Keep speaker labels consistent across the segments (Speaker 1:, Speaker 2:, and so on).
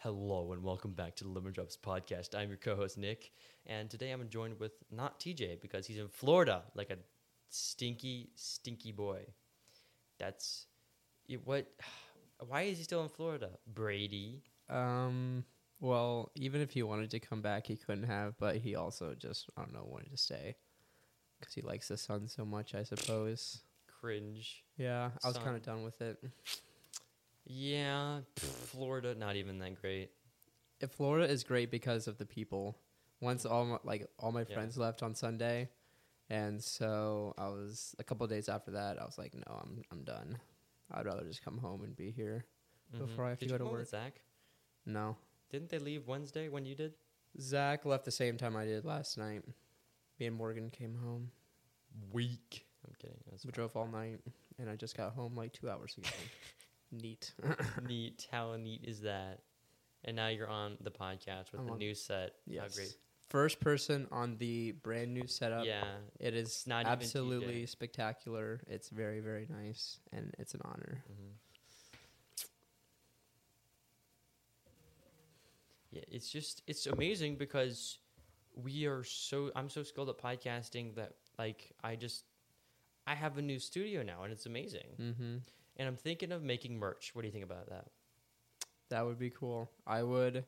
Speaker 1: Hello and welcome back to the Lemon Drops podcast. I'm your co-host Nick, and today I'm joined with not TJ because he's in Florida like a stinky, stinky boy. That's it- what. Why is he still in Florida, Brady?
Speaker 2: Um. Well, even if he wanted to come back, he couldn't have. But he also just I don't know wanted to stay because he likes the sun so much. I suppose.
Speaker 1: Cringe.
Speaker 2: Yeah, I was kind
Speaker 1: Sun.
Speaker 2: of done with it.
Speaker 1: Yeah, pff, Florida, not even that great.
Speaker 2: If Florida is great because of the people. Once all my, like all my
Speaker 1: Yeah.
Speaker 2: friends left on Sunday, and so I was a couple days after that. I was like, no, I'm I'm done. I'd rather just come home and be here. Before I have to
Speaker 1: Mm-hmm. Did
Speaker 2: go
Speaker 1: you
Speaker 2: to
Speaker 1: come home with
Speaker 2: work.
Speaker 1: Zach,
Speaker 2: No,
Speaker 1: didn't they leave Wednesday when you did?
Speaker 2: Zach left the same time I did last night. Me and Morgan came home.
Speaker 1: Week. I'm kidding. That's
Speaker 2: We drove all night, and I just got home like two hours ago. Neat.
Speaker 1: neat. How neat is that? And now you're on the podcast with
Speaker 2: I'm
Speaker 1: the
Speaker 2: on-
Speaker 1: new set. How
Speaker 2: Yes.
Speaker 1: great.
Speaker 2: First person on the brand new setup.
Speaker 1: Yeah.
Speaker 2: It is
Speaker 1: not even
Speaker 2: absolutely
Speaker 1: TJ.
Speaker 2: spectacular. It's very, very nice, and it's an honor.
Speaker 1: hmm Mm-hmm. Yeah, it's just it's amazing because we are so I'm so skilled at podcasting that like I just I have a new studio now and it's amazing.
Speaker 2: Mm-hmm.
Speaker 1: And I'm thinking of making merch. What do you think about that?
Speaker 2: That would be cool. I would,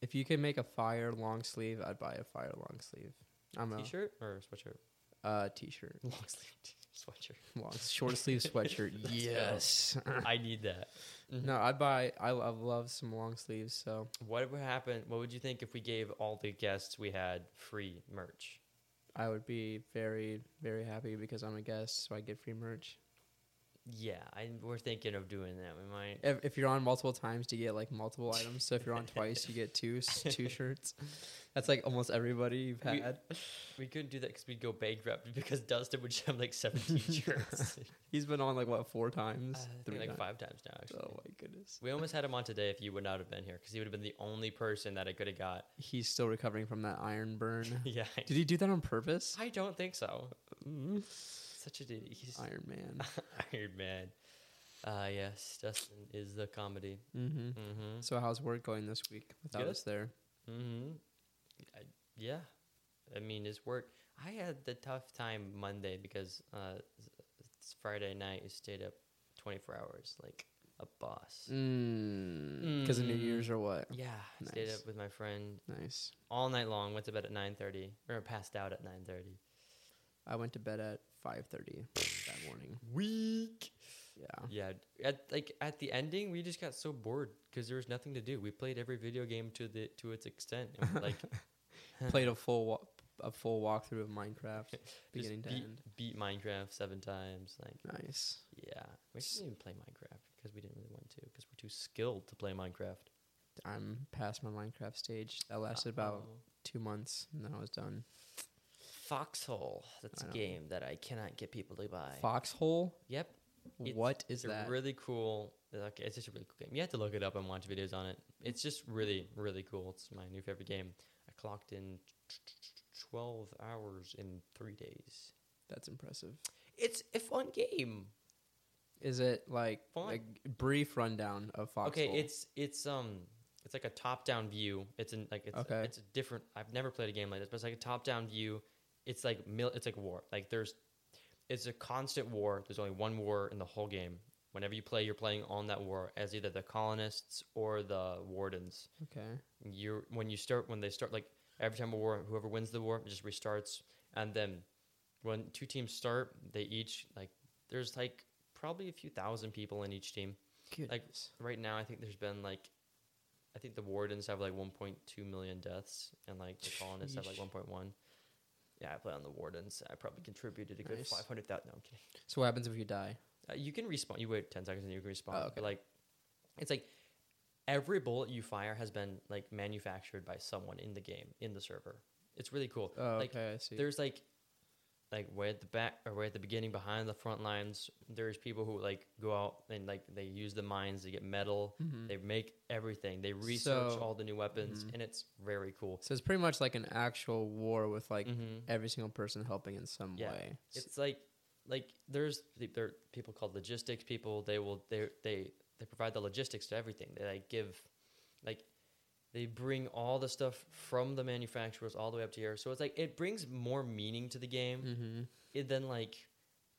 Speaker 2: if you could make a fire long sleeve, I'd buy a fire long sleeve. I'm a
Speaker 1: T-shirt or sweatshirt?
Speaker 2: uh, t-shirt,
Speaker 1: Long sleeve t- sweatshirt.
Speaker 2: long short sleeve sweatshirt.
Speaker 1: Let's go.
Speaker 2: yes.
Speaker 1: I need that. Mhm.
Speaker 2: no, I'd buy. I love, love some long sleeves. So
Speaker 1: What would happen? What would you think if we gave all the guests we had free merch?
Speaker 2: I would be very, very happy because I'm a guest, so I get free merch.
Speaker 1: Yeah, I, we're thinking of doing that. We might.
Speaker 2: If, if you're on multiple times, to get like multiple items. So if you're on twice, you get two s- two shirts. That's like almost everybody you've
Speaker 1: We-
Speaker 2: had.
Speaker 1: We couldn't do that because we'd go bankrupt because Dustin would have like 17 shirts.
Speaker 2: He's been on like what four times,
Speaker 1: Uh, I think
Speaker 2: three
Speaker 1: like
Speaker 2: times.
Speaker 1: five times now, actually.
Speaker 2: Oh my goodness.
Speaker 1: We almost had him on today if you would not have been here because he would have been the only person that I could have got.
Speaker 2: He's still recovering from that iron burn.
Speaker 1: Yeah. I-
Speaker 2: Did he do that on purpose?
Speaker 1: I don't think so. Mm-hmm.
Speaker 2: Mm.
Speaker 1: Such a ditty. He's
Speaker 2: Iron Man.
Speaker 1: Iron Man. Ah, yes. Dustin is the comedy.
Speaker 2: hmm
Speaker 1: Mm-hmm.
Speaker 2: So how's work going this week without
Speaker 1: Good.
Speaker 2: us there?
Speaker 1: Mm-hmm. I, yeah. I mean, it's work. I had the tough time Monday because uh, it's Friday night. You stayed up 24 hours like a boss.
Speaker 2: Because of New
Speaker 1: Mm.
Speaker 2: Year's or what?
Speaker 1: Yeah. I Stayed
Speaker 2: Nice.
Speaker 1: up with my friend
Speaker 2: Nice.
Speaker 1: all night long. Went to bed at 9.30 or passed out at 9.30.
Speaker 2: I went to bed at five thirty that morning.
Speaker 1: Weak.
Speaker 2: Yeah.
Speaker 1: Yeah. At like at the ending, we just got so bored because there was nothing to do. We played every video game to the to its extent. And we're like
Speaker 2: played a full wa- a full walkthrough of Minecraft, beginning
Speaker 1: just
Speaker 2: to
Speaker 1: beat,
Speaker 2: end.
Speaker 1: beat Minecraft seven times. Like
Speaker 2: Nice.
Speaker 1: Yeah, we didn't even play Minecraft because we didn't really want to because we're too skilled to play Minecraft.
Speaker 2: I'm past my Minecraft stage. That lasted about
Speaker 1: Uh-oh.
Speaker 2: two months, and then I was done.
Speaker 1: Foxhole. That's a
Speaker 2: I don't-
Speaker 1: game that I cannot get people to buy.
Speaker 2: Foxhole.
Speaker 1: yep, It's-
Speaker 2: what is
Speaker 1: it's a
Speaker 2: that?
Speaker 1: really cool. Okay, it's just a really cool game. You have to look it up and watch videos on it. It's just really, really cool. It's my new favorite game. I clocked in twelve hours in three days.
Speaker 2: That's impressive.
Speaker 1: It's a fun game.
Speaker 2: Is it like
Speaker 1: Fun.
Speaker 2: a brief rundown of Foxhole?
Speaker 1: Okay, it's it's um it's like a top down view. It's in like it's
Speaker 2: Okay.
Speaker 1: it's a different I've never played a game like this, but it's like a top down view. It's like mil it's like war. Like there's it's a constant war. There's only one war in the whole game. Whenever you play, you're playing on that war as either the colonists or the wardens.
Speaker 2: okay.
Speaker 1: You're when you start when they start like every time a war, whoever wins the war it just restarts. And then when two teams start, they each like there's like probably a few thousand people in each team
Speaker 2: Goodness.
Speaker 1: right now i think there's been like i think the wardens have like 1.2 million deaths and like the colonists have like
Speaker 2: Sheesh.
Speaker 1: 1.1 yeah i play on the wardens i probably contributed a good
Speaker 2: Nice.
Speaker 1: 500000 no i'm kidding
Speaker 2: so what happens if you die?
Speaker 1: uh, you can respawn you wait 10 seconds and you can respawn
Speaker 2: Oh,
Speaker 1: But,
Speaker 2: okay.
Speaker 1: like it's like every bullet you fire has been like manufactured by someone in the game in the server it's really cool
Speaker 2: Oh,
Speaker 1: like
Speaker 2: okay, I see.
Speaker 1: there's like like way at the back or way at the beginning behind the front lines there's people who like go out and like they use the mines to get metal
Speaker 2: Mhm.
Speaker 1: they make everything they research
Speaker 2: So-
Speaker 1: all the new weapons
Speaker 2: Mhm.
Speaker 1: and it's very cool
Speaker 2: So it's pretty much like an actual war with like
Speaker 1: hmm
Speaker 2: every single person helping in some
Speaker 1: Yeah,
Speaker 2: way. S-
Speaker 1: it's like like there's the- there are people called logistics people they will they they they provide the logistics to everything they like give Like they bring all the stuff from the manufacturers all the way up to here. So it's like it brings more meaning to the game
Speaker 2: Mm-hmm.
Speaker 1: it then like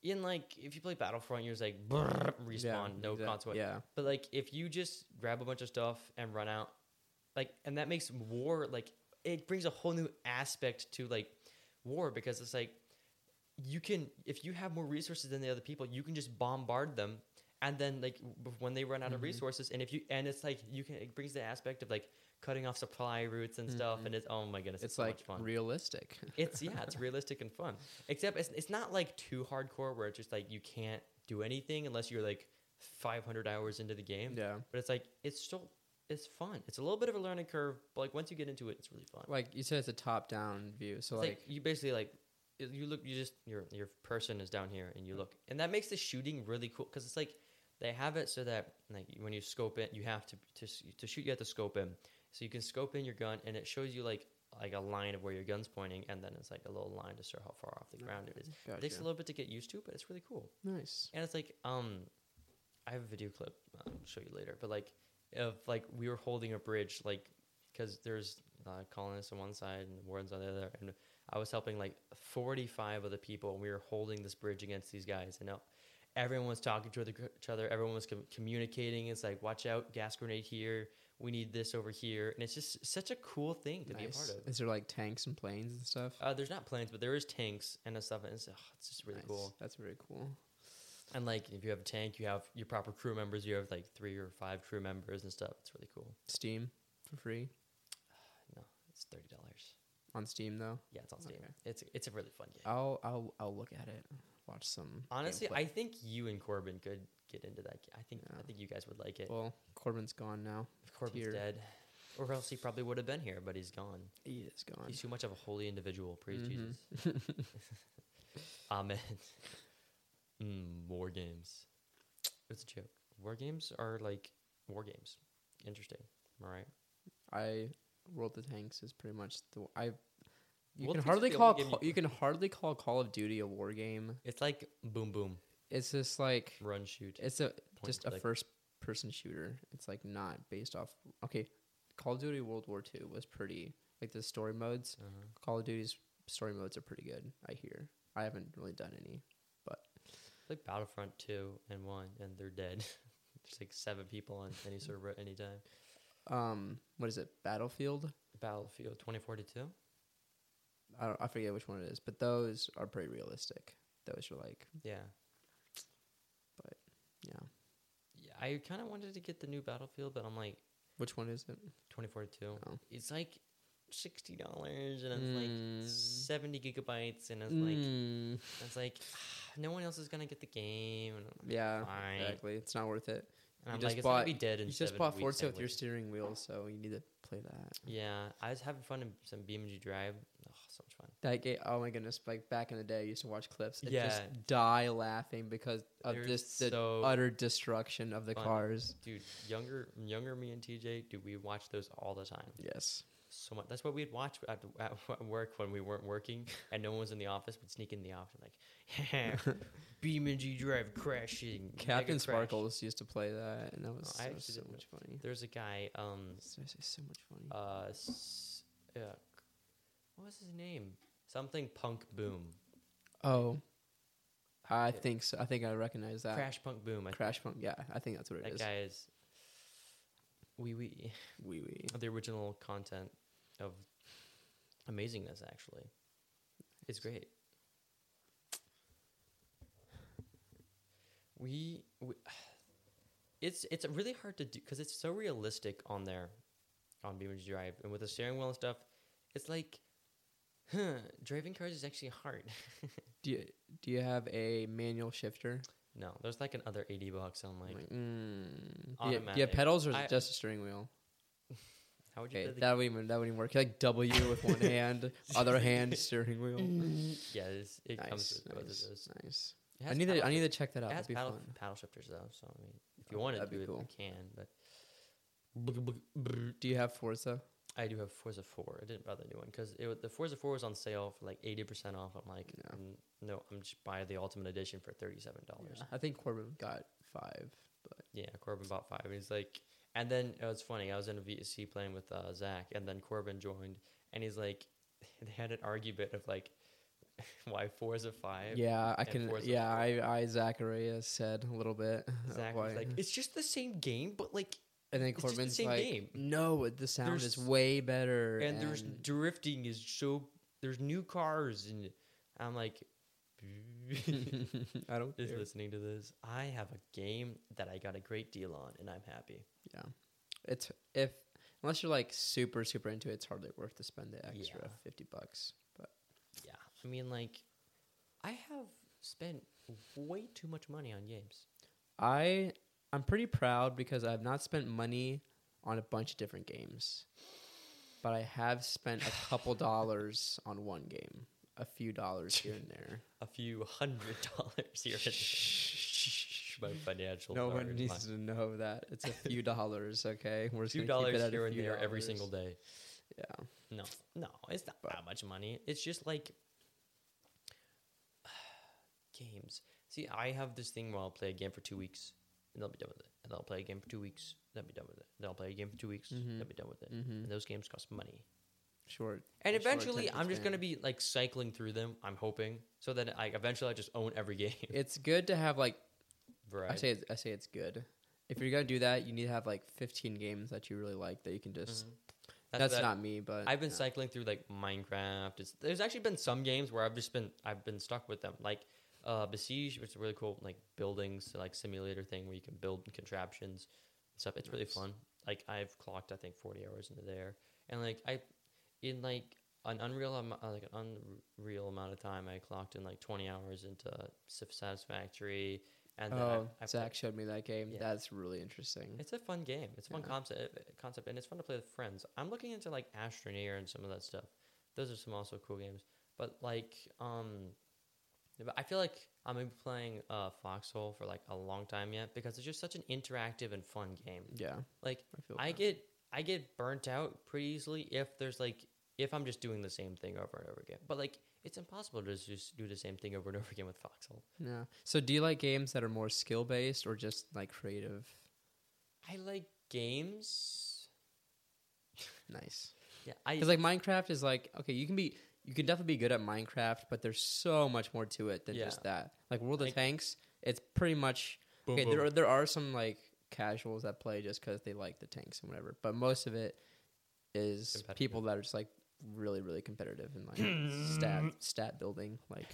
Speaker 1: in like if you play Battlefront, you're just like brrr, respawn, no consequence.
Speaker 2: Yeah.
Speaker 1: But like if you just grab a bunch of stuff and run out, like and that makes war like it brings a whole new aspect to like war because it's like you can if you have more resources than the other people, you can just bombard them and then like w- when they run out of
Speaker 2: Mhm.
Speaker 1: resources and if you and it's like you can it brings the aspect of like cutting off supply routes and stuff
Speaker 2: Mhm.
Speaker 1: and it's oh my goodness
Speaker 2: It's,
Speaker 1: it's, so
Speaker 2: like
Speaker 1: much fun
Speaker 2: realistic.
Speaker 1: it's yeah, it's realistic and fun. Except it's, it's not like too hardcore where it's just like you can't do anything unless you're like 500 hours into the game.
Speaker 2: yeah.
Speaker 1: But it's like it's still it's fun. It's a little bit of a learning curve, but like once you get into it, it's really fun.
Speaker 2: Like you said, it's a top-down view. So
Speaker 1: It's
Speaker 2: like,
Speaker 1: like, you basically like y- you look you just your your person is down here and you look and that makes the shooting really cool because it's like they have it so that like when you scope it you have to to, s- to shoot you have to scope in so you can scope in your gun and it shows you like like a line of where your gun's pointing and then it's like a little line to show how far off the ground it is it takes a
Speaker 2: Gotcha.
Speaker 1: little bit to get used to but it's really cool
Speaker 2: nice.
Speaker 1: and it's like, um, I have a video clip I'll show you later, but like, of like we were holding a bridge, like, because there's uh, colonists on one side and Warrens on the other, and I was helping like 45 other people, and we were holding this bridge against these guys, and uh, everyone was talking to other- each other, everyone was com- communicating. It's like, watch out, gas grenade here, we need this over here, and it's just such a cool thing to be a part
Speaker 2: Nice.
Speaker 1: of.
Speaker 2: Is there like tanks and planes and stuff?
Speaker 1: Uh, there's not planes, but there is tanks and stuff, and it's, ugh, it's just really
Speaker 2: Nice.
Speaker 1: cool.
Speaker 2: That's really cool.
Speaker 1: And like, if you have a tank, you have your proper crew members. You have like three or five crew members and stuff. It's really cool.
Speaker 2: Steam for free
Speaker 1: It's thirty dollars.
Speaker 2: on Steam though.
Speaker 1: Yeah, it's on Steam.
Speaker 2: Okay.
Speaker 1: It's it's a really fun game.
Speaker 2: I'll I'll I'll look at it. Watch some.
Speaker 1: Honestly,
Speaker 2: gameplay.
Speaker 1: I think you and Corbin could get into that. ga- I think I
Speaker 2: Yeah.
Speaker 1: think you guys would like it.
Speaker 2: well, Corbin's gone now.
Speaker 1: if Corbin's
Speaker 2: tier.
Speaker 1: dead, or else he probably would have been here, but he's gone.
Speaker 2: He is gone.
Speaker 1: He's too much of a holy individual. Praise
Speaker 2: Mhm.
Speaker 1: Jesus. Amen. mm, war games. It's a joke. War games are like war games. Interesting. All right.
Speaker 2: I World of Tanks is pretty much the I. You
Speaker 1: World
Speaker 2: can
Speaker 1: of Tanks is
Speaker 2: hardly
Speaker 1: the
Speaker 2: call
Speaker 1: only game
Speaker 2: Call-
Speaker 1: you-
Speaker 2: you can hardly call Call of Duty a war game.
Speaker 1: It's like boom, boom,
Speaker 2: It's just like
Speaker 1: run, shoot.
Speaker 2: it's a
Speaker 1: Point
Speaker 2: just a
Speaker 1: click.
Speaker 2: first person shooter. It's like not based off. Okay, Call of Duty World War Two was pretty like the story modes.
Speaker 1: Uh-huh.
Speaker 2: Call of Duty's story modes are pretty good. I hear. I haven't really done any.
Speaker 1: Like Battlefront two and one, and they're dead. There's like seven people on any server at any time.
Speaker 2: Um, what is it? Battlefield.
Speaker 1: Battlefield 2042.
Speaker 2: I don't, I forget which one it is, but those are pretty realistic. Those are like
Speaker 1: Yeah,
Speaker 2: yeah.
Speaker 1: yeah. I kind of wanted to get the new Battlefield, but I'm like
Speaker 2: Which one is it?
Speaker 1: 2042.
Speaker 2: Oh.
Speaker 1: It's like sixty dollars, and it's
Speaker 2: Mm.
Speaker 1: like seventy gigabytes, and it's like
Speaker 2: Mm,
Speaker 1: it's like no one else is gonna get the game, and I'm like,
Speaker 2: yeah,
Speaker 1: fine.
Speaker 2: exactly. It's not worth it.
Speaker 1: and
Speaker 2: You
Speaker 1: I'm
Speaker 2: just
Speaker 1: like it's
Speaker 2: bought-
Speaker 1: gonna be dead in
Speaker 2: You just
Speaker 1: seven
Speaker 2: bought
Speaker 1: weeks
Speaker 2: Forza with
Speaker 1: anyway.
Speaker 2: your steering wheel, so you need to play that.
Speaker 1: Yeah, I was having fun in some BMG Drive. Oh, so much fun.
Speaker 2: That game. Oh my goodness! Like back in the day, I used to watch clips and
Speaker 1: Yeah.
Speaker 2: just die laughing because of
Speaker 1: They're
Speaker 2: this the
Speaker 1: so
Speaker 2: utter destruction of the
Speaker 1: fun.
Speaker 2: cars.
Speaker 1: dude, younger, younger me and TJ, dude, we watch those all the time.
Speaker 2: Yes.
Speaker 1: so much. That's what we'd watch at, at w- work when we weren't working and no one was in the office. We'd sneak in the office like, Beam and G Drive crashing. mega
Speaker 2: Captain
Speaker 1: crash."
Speaker 2: Sparkles used to play that, and that was
Speaker 1: Oh, I
Speaker 2: so,
Speaker 1: actually
Speaker 2: so
Speaker 1: didn't know.
Speaker 2: much funny.
Speaker 1: There's a guy. Um.
Speaker 2: Seriously, so much funny.
Speaker 1: Uh. S- uh c- what was his name? Something Punk Boom.
Speaker 2: oh, I
Speaker 1: it-
Speaker 2: think so. I think I recognize that.
Speaker 1: Crash Punk Boom. I think
Speaker 2: Crash Punk. Yeah, I think that's what it
Speaker 1: that
Speaker 2: is.
Speaker 1: guy is. Wee wee.
Speaker 2: Wee wee.
Speaker 1: The original content of amazingness actually. It's great. We, we it's it's really hard to do because it's so realistic on there, on BMG Drive and with the steering wheel and stuff. It's like, huh, driving cars is actually hard.
Speaker 2: Do you, do you have a manual shifter?
Speaker 1: no, there's like another eighty bucks on like.
Speaker 2: Like, mm. Do you- do you have
Speaker 1: automatic.
Speaker 2: pedals or is
Speaker 1: I-
Speaker 2: it just a steering wheel?
Speaker 1: How would you?
Speaker 2: Okay,
Speaker 1: play the
Speaker 2: that wouldn't even that wouldn't even work. Like W with one hand, other hand steering wheel.
Speaker 1: yeah, it's, it comes
Speaker 2: Nice,
Speaker 1: with both of
Speaker 2: nice,
Speaker 1: those.
Speaker 2: nice.
Speaker 1: It
Speaker 2: I
Speaker 1: has
Speaker 2: need to I
Speaker 1: paddle
Speaker 2: need to check that out.
Speaker 1: It has
Speaker 2: That'd be
Speaker 1: paddle,
Speaker 2: fun.
Speaker 1: paddle shifters though, so I mean, if you
Speaker 2: Oh,
Speaker 1: want to
Speaker 2: that'd
Speaker 1: do
Speaker 2: be
Speaker 1: it,
Speaker 2: cool.
Speaker 1: you can. But
Speaker 2: Do you have Forza?
Speaker 1: I do have Forza Four. I didn't buy the new one because the Forza Four was on sale for like eighty percent off. I'm like,
Speaker 2: Yeah.
Speaker 1: "Mm, no, I'm just buy the Ultimate Edition Oh, for thirty seven dollars.
Speaker 2: I think Corbin got five.
Speaker 1: Yeah. Corbin bought five, and he's like, And then it was funny. I was in a VC playing with uh, Zach, and then Corbin joined, and he's like, they had an argument of like, why four is a five?
Speaker 2: yeah, I
Speaker 1: and
Speaker 2: can.
Speaker 1: Forza
Speaker 2: Yeah,
Speaker 1: four.
Speaker 2: I, I Zacharias said a little bit. of
Speaker 1: Zach
Speaker 2: why-
Speaker 1: was like, it's just the same game, but like,
Speaker 2: and then
Speaker 1: it's just the
Speaker 2: Corbin's
Speaker 1: same
Speaker 2: like,
Speaker 1: game.
Speaker 2: no, the sound
Speaker 1: There's-
Speaker 2: is way better.
Speaker 1: and there's drifting is so there's new cars, and I'm like,
Speaker 2: I don't
Speaker 1: is
Speaker 2: care.
Speaker 1: listening to this. I have a game that I got a great deal on, and I'm happy.
Speaker 2: It's if unless you're like super super into it, it's hardly worth to spend the extra
Speaker 1: Yeah.
Speaker 2: fifty bucks. But
Speaker 1: Yeah, I mean, like, I have spent way too much money on games.
Speaker 2: I I'm pretty proud because I've not spent money on a bunch of different games, but I have spent a couple dollars on one game, a few dollars here and there.
Speaker 1: A few hundred dollars here. and there. My financial.
Speaker 2: no
Speaker 1: partner,
Speaker 2: one
Speaker 1: my-
Speaker 2: needs to know that it's a few dollars. Okay, we're
Speaker 1: A
Speaker 2: just
Speaker 1: few
Speaker 2: gonna keep it
Speaker 1: dollars
Speaker 2: at a
Speaker 1: here and
Speaker 2: few
Speaker 1: there every
Speaker 2: dollars.
Speaker 1: single day.
Speaker 2: Yeah,
Speaker 1: No, no, it's not
Speaker 2: But-
Speaker 1: that much money. It's just like games. See, I have this thing where I'll play a game for two weeks and I'll be done with it. And I'll play a game for two weeks, then I'll be done with it. Then I'll play a game for two weeks, then I'll
Speaker 2: Mhm.
Speaker 1: be done with it.
Speaker 2: mm-hmm.
Speaker 1: And those games cost money.
Speaker 2: short.
Speaker 1: And
Speaker 2: a short
Speaker 1: eventually,
Speaker 2: attention
Speaker 1: I'm just going to
Speaker 2: span.
Speaker 1: be like cycling through them, I'm hoping, so that I eventually I just own every game.
Speaker 2: It's good to have like I
Speaker 1: Right.
Speaker 2: say it's, I say it's good. If you're gonna do that, you need to have like 15 games that you really like that you can
Speaker 1: Mm-hmm.
Speaker 2: just. That's, not me, but
Speaker 1: I've been
Speaker 2: yeah.
Speaker 1: cycling through like Minecraft. It's, there's actually been some games where I've just been I've been stuck with them, like uh, Besiege, which is a really cool like buildings like simulator thing where you can build contraptions and stuff. It's really
Speaker 2: Nice.
Speaker 1: fun. Like I've clocked I think 40 hours into there, and like I in like an unreal am- uh, like an unreal amount of time I clocked in like 20 hours into Sif- Satisfactory, and then
Speaker 2: oh,
Speaker 1: I, I played-
Speaker 2: Zach showed me that game.
Speaker 1: Yeah.
Speaker 2: That's really interesting.
Speaker 1: it's a fun game. It's a fun
Speaker 2: Yeah.
Speaker 1: concept, eh, concept, and it's fun to play with friends. I'm looking into like Astroneer and some of that stuff. Those are some also cool games. But like, um, but I feel like I'm gonna be playing uh, Foxhole for like a long time yet because it's just such an interactive and fun game.
Speaker 2: Oh, yeah,
Speaker 1: Like
Speaker 2: I feel.
Speaker 1: I
Speaker 2: that.
Speaker 1: get I get burnt out pretty easily if there's like if I'm just doing the same thing over and over again. But like it's impossible to just do the same thing over and over again with Foxhole.
Speaker 2: yeah. So, do you like games that are more skill based or just like creative?
Speaker 1: I like games.
Speaker 2: Nice.
Speaker 1: Yeah, I
Speaker 2: Because like Minecraft is like okay, you can be you can definitely be good at Minecraft, but there's so much more to it than just that. Like World of
Speaker 1: Like-
Speaker 2: Tanks, it's pretty much okay. There are, there are some like casuals that play just because they like the tanks and whatever, but most of it is
Speaker 1: Competitive.
Speaker 2: people that are just like really really competitive and like stat stat building. Like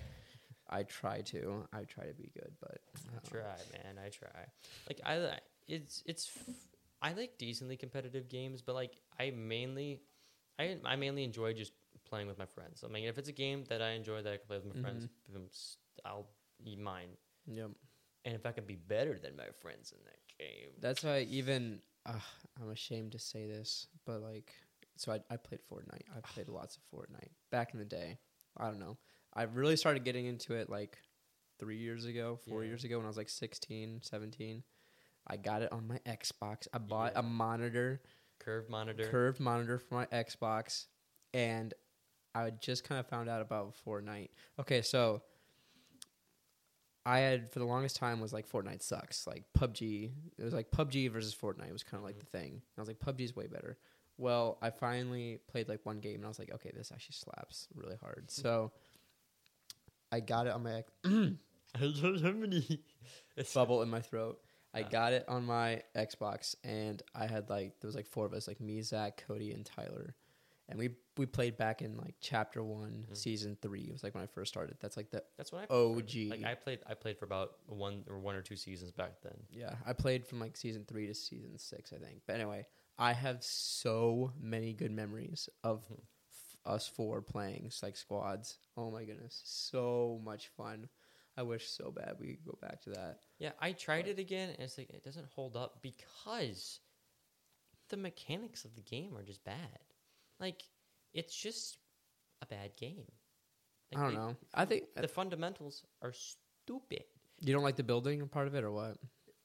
Speaker 2: I try to I try to be good, but
Speaker 1: I
Speaker 2: uh,
Speaker 1: try, man. I try. Like I, li- it's it's. f- I like decently competitive games, but like I mainly, I I mainly enjoy just playing with my friends. I mean, if it's a game that I enjoy that I can play with my friends, boom, s- I'll eat mine.
Speaker 2: yeah,
Speaker 1: And if I can be better than my friends in that game,
Speaker 2: that's why even uh, I'm ashamed to say this, but like so I I played Fortnite. I played lots of Fortnite back in the day. I don't know. I really started getting into it like three years ago, four
Speaker 1: Yeah.
Speaker 2: years ago when I was like 16, 17. I got it on my Xbox. I bought
Speaker 1: Yeah.
Speaker 2: a monitor,
Speaker 1: curve monitor.
Speaker 2: curved monitor for my Xbox, and I just kind of found out about Fortnite. Okay, so I had for the longest time was like Fortnite sucks. Like PUBG, it was like PUBG versus Fortnite was kind of like the thing. And I was like PUBG is way better. Well, I finally played like one game and I was like, okay, this actually slaps really hard. So I got it on my
Speaker 1: I don't have any. It's
Speaker 2: bubble in my throat. I
Speaker 1: Ah.
Speaker 2: got it on my Xbox, and I had like there was like four of us, like me, Zach, Cody, and Tyler, and we we played back in like Chapter One,
Speaker 1: Mhm.
Speaker 2: Season Three. It was like when I first started. That's like the
Speaker 1: that's what I.
Speaker 2: OG.
Speaker 1: Like I played. I played for about one or one or two seasons back then.
Speaker 2: yeah. I played from like Season Three to Season Six, I think. But anyway, I have so many good memories of
Speaker 1: Mhm.
Speaker 2: f- us four playing s- like squads. Oh my goodness, so much fun. I wish so bad we could go back to that.
Speaker 1: Yeah, I tried
Speaker 2: But-
Speaker 1: it again, and it's like it doesn't hold up because the mechanics of the game are just bad. Like, it's just a bad game.
Speaker 2: I don't
Speaker 1: the-
Speaker 2: know. I think
Speaker 1: The fundamentals are stupid.
Speaker 2: you don't like the building part of it or what?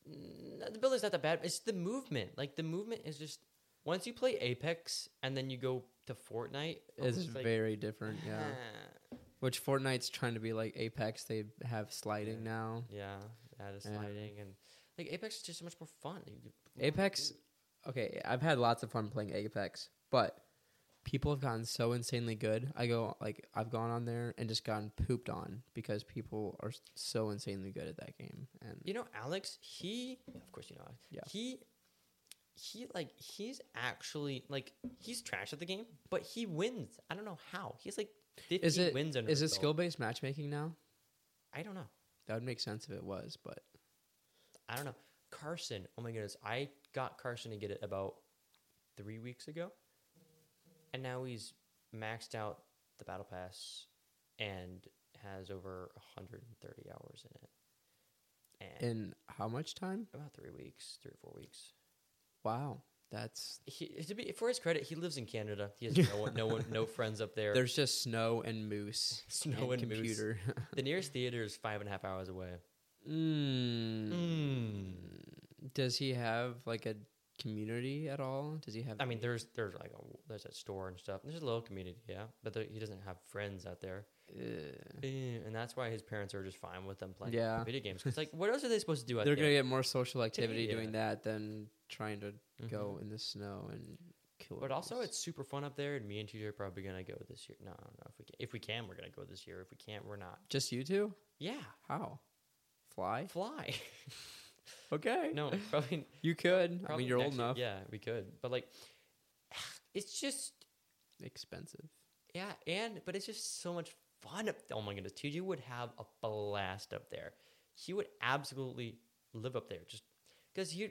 Speaker 1: N- The building's not that bad. It's the movement. Like the movement is just once you play Apex and then you go to Fortnite,
Speaker 2: It's
Speaker 1: just like,
Speaker 2: very different, yeah.
Speaker 1: "Ah."
Speaker 2: Which Fortnite's trying to be like Apex. They have sliding now.
Speaker 1: yeah, that is
Speaker 2: Yeah.
Speaker 1: sliding and like Apex is just so much more fun. You could-
Speaker 2: Apex, okay, I've had lots of fun playing Apex, but people have gotten so insanely good. I go like I've gone on there and just gotten pooped on because people are s- so insanely good at that game. And
Speaker 1: You know, Alex, he of course you know. Alex.
Speaker 2: Yeah.
Speaker 1: He he like he's actually like he's trash at the game, but he wins. I don't know how. He's like 50
Speaker 2: is it
Speaker 1: wins under
Speaker 2: is it
Speaker 1: his belt.
Speaker 2: skill based matchmaking now?
Speaker 1: I don't know.
Speaker 2: That would make sense if it was, but
Speaker 1: I don't know. Carson. Oh my goodness. I got Carson to get it about 3 weeks ago. And now he's maxed out the battle pass and has over 130 hours in it. And
Speaker 2: in how much time?
Speaker 1: about 3 weeks, 3 or 4 weeks.
Speaker 2: Wow, that's
Speaker 1: he, to be for his credit, he lives in Canada. He has no one, no one, no friends up there.
Speaker 2: there's just snow and moose.
Speaker 1: Snow and moose.
Speaker 2: computer.
Speaker 1: the nearest theater is five and a half hours away.
Speaker 2: mm.
Speaker 1: Mm.
Speaker 2: Does he have like a community at all? Does he have?
Speaker 1: I mean, there's there's like a, there's a store and stuff. There's a little community, yeah, but there, he doesn't have friends out there,
Speaker 2: uh,
Speaker 1: Eh, and that's why his parents are just fine with them playing
Speaker 2: Yeah.
Speaker 1: video games. 'Cause It's like, what else are they supposed to do out
Speaker 2: they're
Speaker 1: there?
Speaker 2: gonna get more social activity
Speaker 1: yeah.
Speaker 2: doing that than trying to
Speaker 1: Mhm.
Speaker 2: go in the snow and kill.
Speaker 1: But also,
Speaker 2: moose.
Speaker 1: it's super fun up there, and me and TJ are probably gonna go this year. No, no, no. If we can, if we can, we're gonna go this year. If we can't, we're not.
Speaker 2: just you two.
Speaker 1: Yeah,
Speaker 2: How? Fly?
Speaker 1: fly.
Speaker 2: Okay.
Speaker 1: no, probably
Speaker 2: you could. I
Speaker 1: Probably
Speaker 2: mean, you're old
Speaker 1: next year-
Speaker 2: enough.
Speaker 1: Yeah, we could. But like, it's just
Speaker 2: Expensive.
Speaker 1: yeah, and but it's just so much fun. Up, oh my goodness, TJ would have a blast up there. He would absolutely live up there, just because he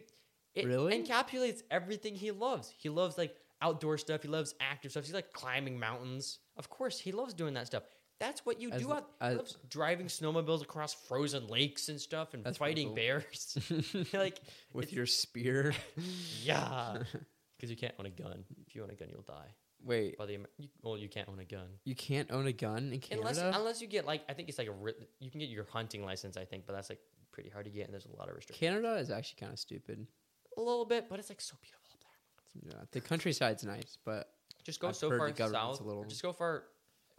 Speaker 1: it
Speaker 2: Really?
Speaker 1: encapsulates everything he loves. He loves like outdoor stuff. He loves active stuff. He like climbing mountains. Of course, he loves doing that stuff. That's what you
Speaker 2: As
Speaker 1: do
Speaker 2: l-
Speaker 1: out.
Speaker 2: as-
Speaker 1: he loves driving snowmobiles across frozen lakes and stuff, and
Speaker 2: That's pretty
Speaker 1: fighting
Speaker 2: cool.
Speaker 1: bears. like
Speaker 2: With
Speaker 1: It's-
Speaker 2: your spear.
Speaker 1: yeah, because you can't own a gun. If you own a gun, you'll die.
Speaker 2: Wait,
Speaker 1: by the Amer- you, well, you can't own a gun
Speaker 2: you can't own a gun in Canada.
Speaker 1: unless unless you get like I think it's like a writ- you can get your hunting license I think, but that's like pretty hard to get and there's a lot of restrictions.
Speaker 2: Canada is actually kind of stupid.
Speaker 1: A little bit, but it's like so beautiful up there.
Speaker 2: Yeah, the countryside's nice, but
Speaker 1: Just go
Speaker 2: I've
Speaker 1: so
Speaker 2: heard
Speaker 1: far
Speaker 2: the government's
Speaker 1: south.
Speaker 2: a
Speaker 1: or
Speaker 2: little-
Speaker 1: Just go far,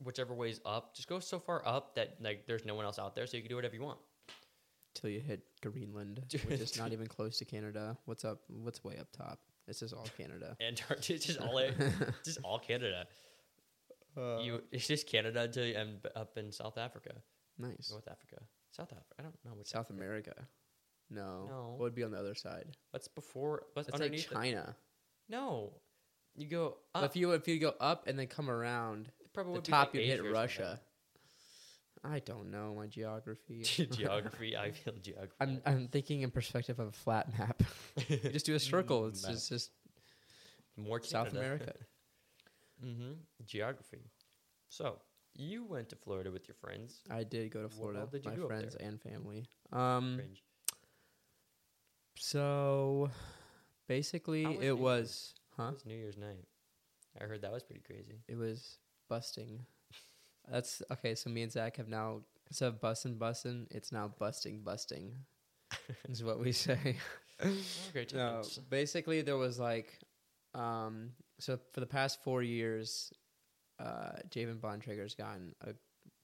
Speaker 1: whichever way's up. Just go so far up that like there's no one else out there, so you can do whatever you want.
Speaker 2: till you hit Greenland, which is not even close to Canada. What's up? What's way up top? This is all Canada.
Speaker 1: Antarctica, just all just all Canada.
Speaker 2: Uh,
Speaker 1: you it's just Canada until you end up in South Africa,
Speaker 2: nice.
Speaker 1: North Africa, South Africa. I don't know which.
Speaker 2: South America. No.
Speaker 1: No.
Speaker 2: What would be on the other side?
Speaker 1: What's before? What's
Speaker 2: That's like
Speaker 1: underneath? it?
Speaker 2: China.
Speaker 1: no, you go
Speaker 2: But
Speaker 1: up.
Speaker 2: If you if you go up and then come around,
Speaker 1: It probably
Speaker 2: the
Speaker 1: would be,
Speaker 2: top
Speaker 1: like,
Speaker 2: you
Speaker 1: Asia
Speaker 2: hit
Speaker 1: or
Speaker 2: Russia. I don't know my geography.
Speaker 1: something. geography, I feel geography.
Speaker 2: I'm I'm thinking in perspective of a flat map. you just do a circle. It's
Speaker 1: Map.
Speaker 2: just, just
Speaker 1: More
Speaker 2: South America.
Speaker 1: hmm Geography. So you went to Florida with your friends.
Speaker 2: I did go to
Speaker 1: What
Speaker 2: Florida
Speaker 1: all did
Speaker 2: with
Speaker 1: you
Speaker 2: my
Speaker 1: do up
Speaker 2: friends and family.
Speaker 1: Fringe.
Speaker 2: Um, so basically
Speaker 1: How was
Speaker 2: it
Speaker 1: New Year's?
Speaker 2: was
Speaker 1: It
Speaker 2: huh?
Speaker 1: was New Year's night. I heard that was pretty crazy.
Speaker 2: It was busting. That's okay. So me and Zach have now instead of busting, busting, it's now busting, busting. is what we say.
Speaker 1: Great
Speaker 2: No,
Speaker 1: times.
Speaker 2: basically there was like, um, so for the past four years, uh, Javen Bontrager's gotten a,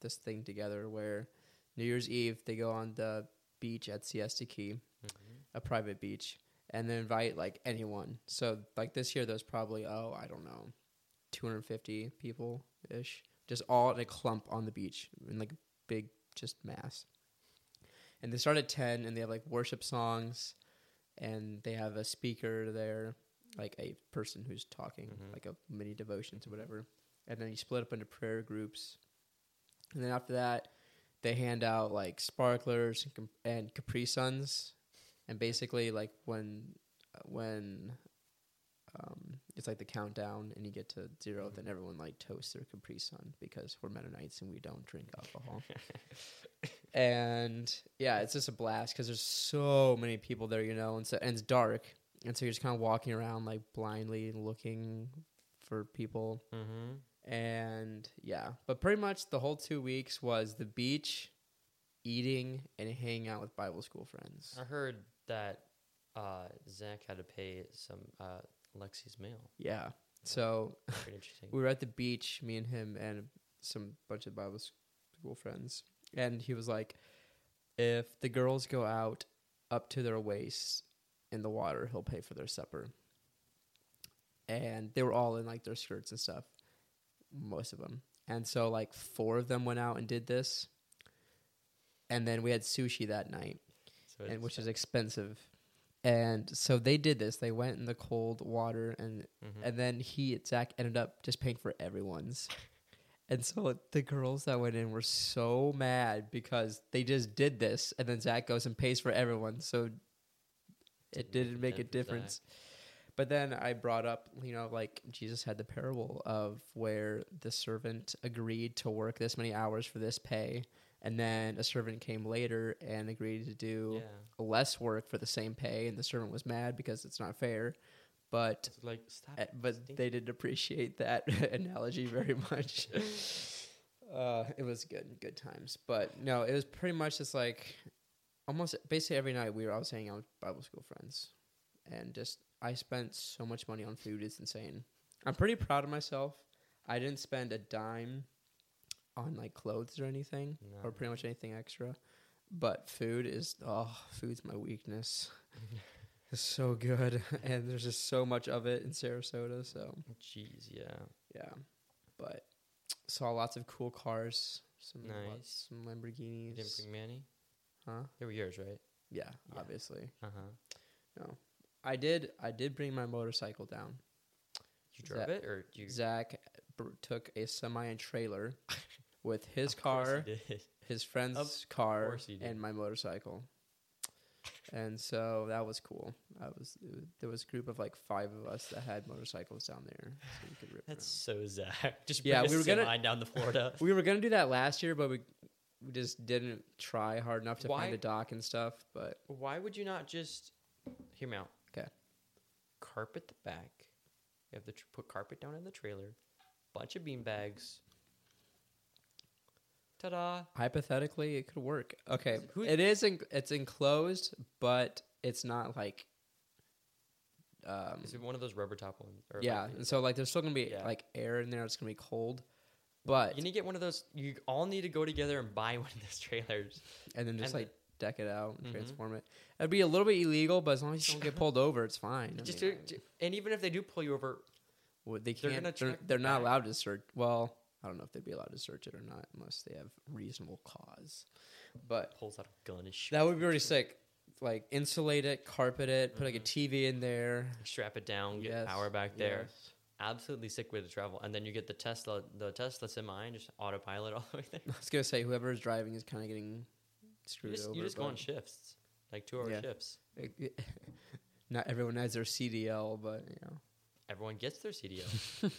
Speaker 2: this thing together where New Year's Eve they go on the beach at Siesta Key,
Speaker 1: Mhm.
Speaker 2: a private beach, and they invite like anyone. So like this year there's probably oh I don't know, 250 people ish, just all in a clump on the beach in like big just mass. And they start at 10 and they have like worship songs and they have a speaker there, like a person who's talking,
Speaker 1: Mhm.
Speaker 2: like a mini devotions or whatever. And then you split up into prayer groups. And then after that, they hand out like sparklers and, com- and Capri Suns. And basically, like when uh, when um, it's like the countdown and you get to 0 then everyone like toasts their Capri Sun because we're Mennonites and we don't drink alcohol. and yeah, it's just a blast because there's so many people there, you know, and so and it's dark, and so you're just kind of walking around like blindly looking for people,
Speaker 1: Mhm.
Speaker 2: and yeah, but pretty much the whole two weeks was the beach, eating, and hanging out with Bible school friends.
Speaker 1: I heard that uh, Zach had to pay some uh, Lexi's mail.
Speaker 2: Yeah, so
Speaker 1: Pretty interesting.
Speaker 2: we were at the beach, me and him and some bunch of Bible school friends, and he was like, "If the girls go out up to their waists in the water, he'll pay for their supper." and they were all in like their skirts and stuff, most of them. And so like four of them went out and did this, and then we had sushi that night
Speaker 1: So
Speaker 2: and
Speaker 1: it's-
Speaker 2: which is expensive. And so they did this. They went in the cold water, and
Speaker 1: Mhm.
Speaker 2: and then he Zach ended up just paying for everyone's. and so the girls that went in were so mad because they just did this, and then Zach goes and pays for everyone. So it didn't make a difference. But then I brought up, you know, like Jesus had the parable of where the servant agreed to work this many hours for this pay, and then a servant came later and agreed to do
Speaker 1: Yeah,
Speaker 2: less work for the same pay, and the servant was mad because it's not fair. But
Speaker 1: it's like stop.
Speaker 2: eh, but they didn't appreciate that analogy very much. uh, it was good, good times. But no, it was pretty much just like almost basically every night we were all hanging out with Bible school friends, and just I spent so much money on food. It's insane. I'm pretty proud of myself. I didn't spend a dime on like clothes or anything or
Speaker 1: No.
Speaker 2: pretty much anything extra. But food is oh, food's my weakness. it's so good, and there's just so much of it in Sarasota. So
Speaker 1: Jeez, yeah.
Speaker 2: yeah, but saw lots of cool cars, some lots-
Speaker 1: Nice.
Speaker 2: some
Speaker 1: You didn't
Speaker 2: Lamborghinis,
Speaker 1: bring Manny.
Speaker 2: huh?
Speaker 1: They were yours, right?
Speaker 2: Yeah,
Speaker 1: Yeah.
Speaker 2: obviously.
Speaker 1: Uh huh.
Speaker 2: I did. I did bring my motorcycle down.
Speaker 1: You drove
Speaker 2: Zach-
Speaker 1: it, or you?
Speaker 2: Zach br- took a semi and trailer with his
Speaker 1: Of course you
Speaker 2: car.
Speaker 1: did.
Speaker 2: his friend's car
Speaker 1: course he did.
Speaker 2: and my motorcycle. And so that was cool. I was it was- there was a group of like five of us that had motorcycles down there. So we could rip
Speaker 1: That's
Speaker 2: around.
Speaker 1: so Zach. Just yeah,
Speaker 2: Yeah, we
Speaker 1: we
Speaker 2: were gonna-
Speaker 1: down the Florida.
Speaker 2: We were gonna do that last year, but we we just didn't try hard enough to
Speaker 1: Why-
Speaker 2: find a dock and stuff. But
Speaker 1: Why would you not just hear me out?
Speaker 2: 'Kay.
Speaker 1: Carpet the back. You have to tr- put carpet down in the trailer. Bunch of bean bags. Ta-da!
Speaker 2: hypothetically, it could work. Okay,
Speaker 1: Who-
Speaker 2: it is. En- it's enclosed, but it's not like. Um,
Speaker 1: Is it one of those rubber top ones? Or like
Speaker 2: yeah,
Speaker 1: the-
Speaker 2: and so like there's still gonna be
Speaker 1: Yeah.
Speaker 2: like air in there. It's gonna be cold, but
Speaker 1: you need to get one of those. You all need to go together and buy one of those trailers.
Speaker 2: and then just
Speaker 1: And-
Speaker 2: like deck it out and
Speaker 1: Mhm.
Speaker 2: transform it. That'd be a little bit illegal, but as long as you don't get pulled over, it's fine. I
Speaker 1: Just
Speaker 2: mean,
Speaker 1: to,
Speaker 2: I-
Speaker 1: to- and even if they do pull you over,
Speaker 2: well, they
Speaker 1: they're
Speaker 2: can't.
Speaker 1: gonna
Speaker 2: They're, they're,
Speaker 1: check
Speaker 2: not
Speaker 1: back.
Speaker 2: allowed to search. Well, I don't know if they'd be allowed to search it or not unless they have reasonable cause. But
Speaker 1: pulls out a gun and shoots.
Speaker 2: that would be
Speaker 1: you.
Speaker 2: really sick. Like insulate it, carpet it, put like a
Speaker 1: Mhm.
Speaker 2: TV in there.
Speaker 1: Strap it down. Get
Speaker 2: Yes,
Speaker 1: power back there.
Speaker 2: yes.
Speaker 1: Absolutely sick way to travel. And then you get the Tesla, the Tesla semi, and just autopilot all the way there.
Speaker 2: I was gonna say whoever is driving is kind of getting
Speaker 1: You
Speaker 2: screwed
Speaker 1: just,
Speaker 2: over.
Speaker 1: you just go
Speaker 2: but
Speaker 1: on shifts, like two hour
Speaker 2: Yeah.
Speaker 1: shifts.
Speaker 2: not everyone has their CDL, but you know
Speaker 1: Everyone gets their CDO.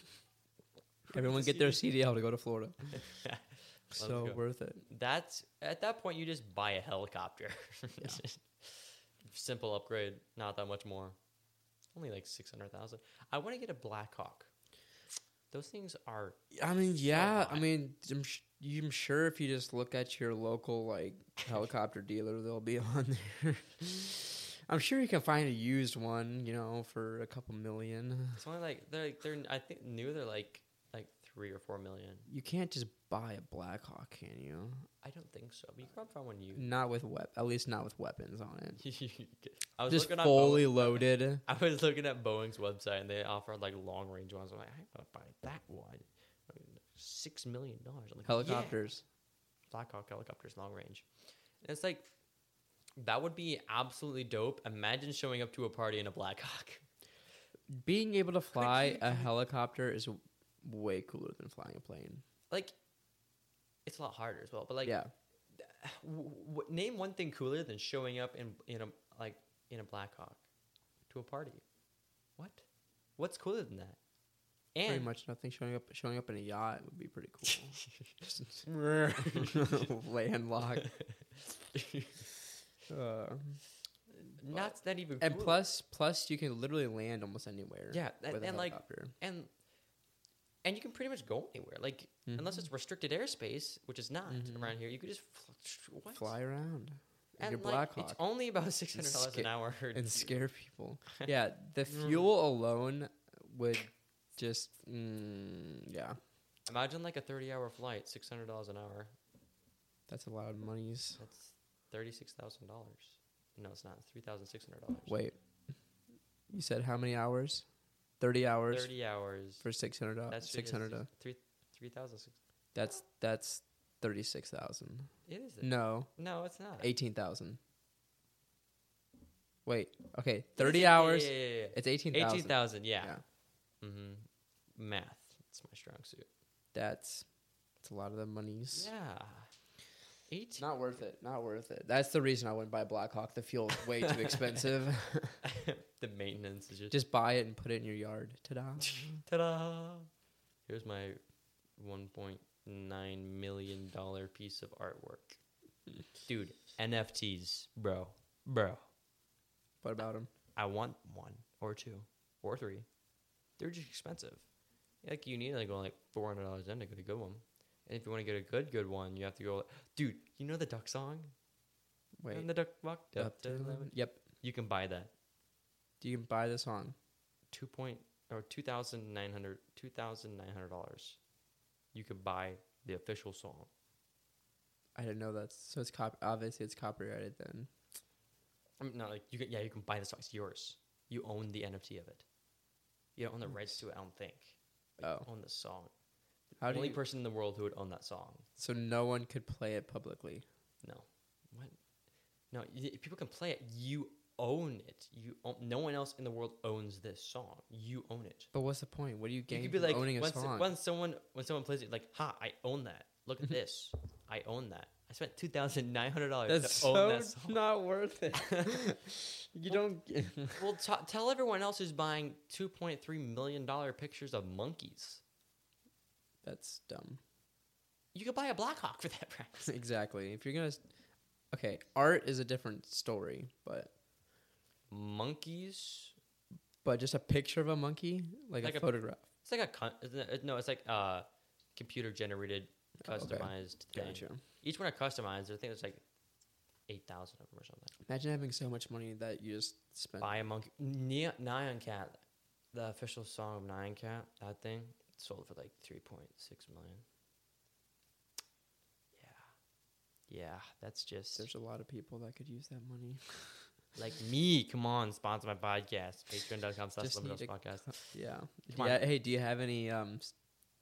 Speaker 2: everyone
Speaker 1: needs
Speaker 2: get
Speaker 1: a
Speaker 2: their CDL to go to Florida. so
Speaker 1: go.
Speaker 2: worth it.
Speaker 1: That's at that point you just buy a helicopter.
Speaker 2: Yeah.
Speaker 1: Simple upgrade, not that much more. Only like six hundred thousand. I want to get a Blackhawk. Those things are
Speaker 2: I mean, yeah. I
Speaker 1: hot.
Speaker 2: mean, I'm, sh- you- I'm sure if you just look at your local like helicopter dealer, they'll be on there. I'm sure you can find a used one, you know, for a couple million.
Speaker 1: it's only like they're like they're I think new they're like like three or four million.
Speaker 2: You can't just buy a Blackhawk, can you?
Speaker 1: I don't think so, but you can probably find one you.
Speaker 2: Not with wep- at least not with weapons on it.
Speaker 1: I was
Speaker 2: Just
Speaker 1: looking
Speaker 2: fully
Speaker 1: at Boeing,
Speaker 2: loaded.
Speaker 1: I was looking at Boeing's website and they offered like long range ones. I'm like, I'm not buying that one. Six million dollars. I'm like, yeah.
Speaker 2: Helicopters.
Speaker 1: Blackhawk helicopters long range. And it's like that would be absolutely dope. Imagine showing up to a party in a Blackhawk.
Speaker 2: Being able to fly
Speaker 1: you
Speaker 2: a
Speaker 1: do-
Speaker 2: helicopter is w- way cooler than flying a plane.
Speaker 1: Like it's a lot harder as well. But like,
Speaker 2: yeah.
Speaker 1: w- w- name one thing cooler than showing up in in a like in a Blackhawk to a party. What? What's cooler than that?
Speaker 2: pretty
Speaker 1: And
Speaker 2: much nothing showing up showing up in a yacht would be pretty cool. Landlocked. Uh,
Speaker 1: not that even.
Speaker 2: and
Speaker 1: cooler.
Speaker 2: plus plus you can literally land almost anywhere.
Speaker 1: yeah, and,
Speaker 2: with a
Speaker 1: and like
Speaker 2: helicopter.
Speaker 1: and and you can pretty much go anywhere. Like unless
Speaker 2: Mm-hmm.
Speaker 1: it's restricted airspace, which is not
Speaker 2: Mhm.
Speaker 1: around here, you could just fl- what?
Speaker 2: fly around.
Speaker 1: And
Speaker 2: And your
Speaker 1: like,
Speaker 2: Blackhawk
Speaker 1: it's only about six hundred dollars
Speaker 2: sca-
Speaker 1: an hour.
Speaker 2: and scare people. Yeah, the
Speaker 1: Mm.
Speaker 2: fuel alone would just mm, yeah,
Speaker 1: Imagine like a thirty-hour flight, six hundred dollars an hour.
Speaker 2: that's a lot of monies.
Speaker 1: That's thirty-six thousand dollars. No, it's not. Three thousand six hundred dollars.
Speaker 2: Wait. You said how many hours? Thirty hours
Speaker 1: Thirty hours.
Speaker 2: for six hundred dollars.
Speaker 1: That's
Speaker 2: Six hundred.
Speaker 1: Three three thousand six.
Speaker 2: That's that's thirty six thousand.
Speaker 1: It is. it.
Speaker 2: No,
Speaker 1: No, it's not.
Speaker 2: eighteen thousand. Wait. Okay.
Speaker 1: It is it.
Speaker 2: Thirty
Speaker 1: Yeah,
Speaker 2: hours.
Speaker 1: Yeah, yeah, yeah.
Speaker 2: It's eighteen
Speaker 1: Eighteen
Speaker 2: thousand.
Speaker 1: thousand. Yeah.
Speaker 2: Yeah.
Speaker 1: Mm-hmm. Math. It's my strong suit.
Speaker 2: That's that's a lot of the monies.
Speaker 1: Yeah. Eighteen.
Speaker 2: Not worth it. Not worth it. That's the reason I wouldn't buy Blackhawk. The fuel's way too expensive.
Speaker 1: the maintenance is just.
Speaker 2: Just buy it and put it in your yard. Ta-da.
Speaker 1: Ta-da! Here's my 1.9 million dollar piece of artwork. Dude, NFTs, bro. Bro,
Speaker 2: What about him?
Speaker 1: I want one or two or three. They're just expensive. Like you need like only like four hundred dollars in to get a good one. And if you want to get a good good one, you have to go. Dude, you know the duck song?
Speaker 2: Wait.
Speaker 1: And the duck walked up,
Speaker 2: Up
Speaker 1: to
Speaker 2: to
Speaker 1: the
Speaker 2: eleven.
Speaker 1: lemon.
Speaker 2: Yep.
Speaker 1: You can buy that
Speaker 2: You can buy the song.
Speaker 1: two point or two thousand nine hundred two thousand nine hundred dollars. You could buy the official song.
Speaker 2: I didn't know that. So it's cop- obviously it's copyrighted then.
Speaker 1: I mean, not like you can. Yeah, you can buy the song. It's yours. You own the NFT of it. You don't own the rights to it. I don't think. But
Speaker 2: Hmm. Oh.
Speaker 1: You own the song. The
Speaker 2: How do
Speaker 1: only
Speaker 2: you-
Speaker 1: person in the world who would own that song.
Speaker 2: So no one could play it publicly.
Speaker 1: No. What? No. y- people can play it. You own it. You own, no one else in the world owns this song. You own it.
Speaker 2: But what's the point? What do you
Speaker 1: You
Speaker 2: gain
Speaker 1: could be
Speaker 2: from
Speaker 1: like
Speaker 2: owning a
Speaker 1: once,
Speaker 2: song?
Speaker 1: once someone when someone plays it, like, ha, I own that. Look at this. I own that. I spent two thousand nine hundred dollars to
Speaker 2: That's
Speaker 1: own
Speaker 2: so
Speaker 1: that song.
Speaker 2: not worth it. you don't. g-
Speaker 1: Well, t- tell everyone else who's buying two point three million dollar pictures of monkeys.
Speaker 2: That's dumb.
Speaker 1: You could buy a Blackhawk for that price.
Speaker 2: exactly. If you're gonna, s- okay, art is a different story, but
Speaker 1: Monkeys.
Speaker 2: but just a picture of a monkey, like,
Speaker 1: Like
Speaker 2: a,
Speaker 1: a-
Speaker 2: photograph.
Speaker 1: It's like a con- isn't it- no. It's like uh, computer generated,
Speaker 2: Oh, okay.
Speaker 1: customized thing.
Speaker 2: Gotcha.
Speaker 1: Each one are customized. I think there's like eight thousand of them or something.
Speaker 2: Imagine having so much money that you just spend.
Speaker 1: Buy a monkey. Nia- Nyan Cat, the official song of Nyan Cat. That thing sold for like three point six million. Yeah, yeah. That's just
Speaker 2: There's a lot of people that could use that money.
Speaker 1: like me. Come on, sponsor my podcast. Patreon.com slash
Speaker 2: Just
Speaker 1: Lemon
Speaker 2: need
Speaker 1: Drops
Speaker 2: to-
Speaker 1: podcast.
Speaker 2: Yeah. Do
Speaker 1: Come
Speaker 2: you- hey, do you have any um s-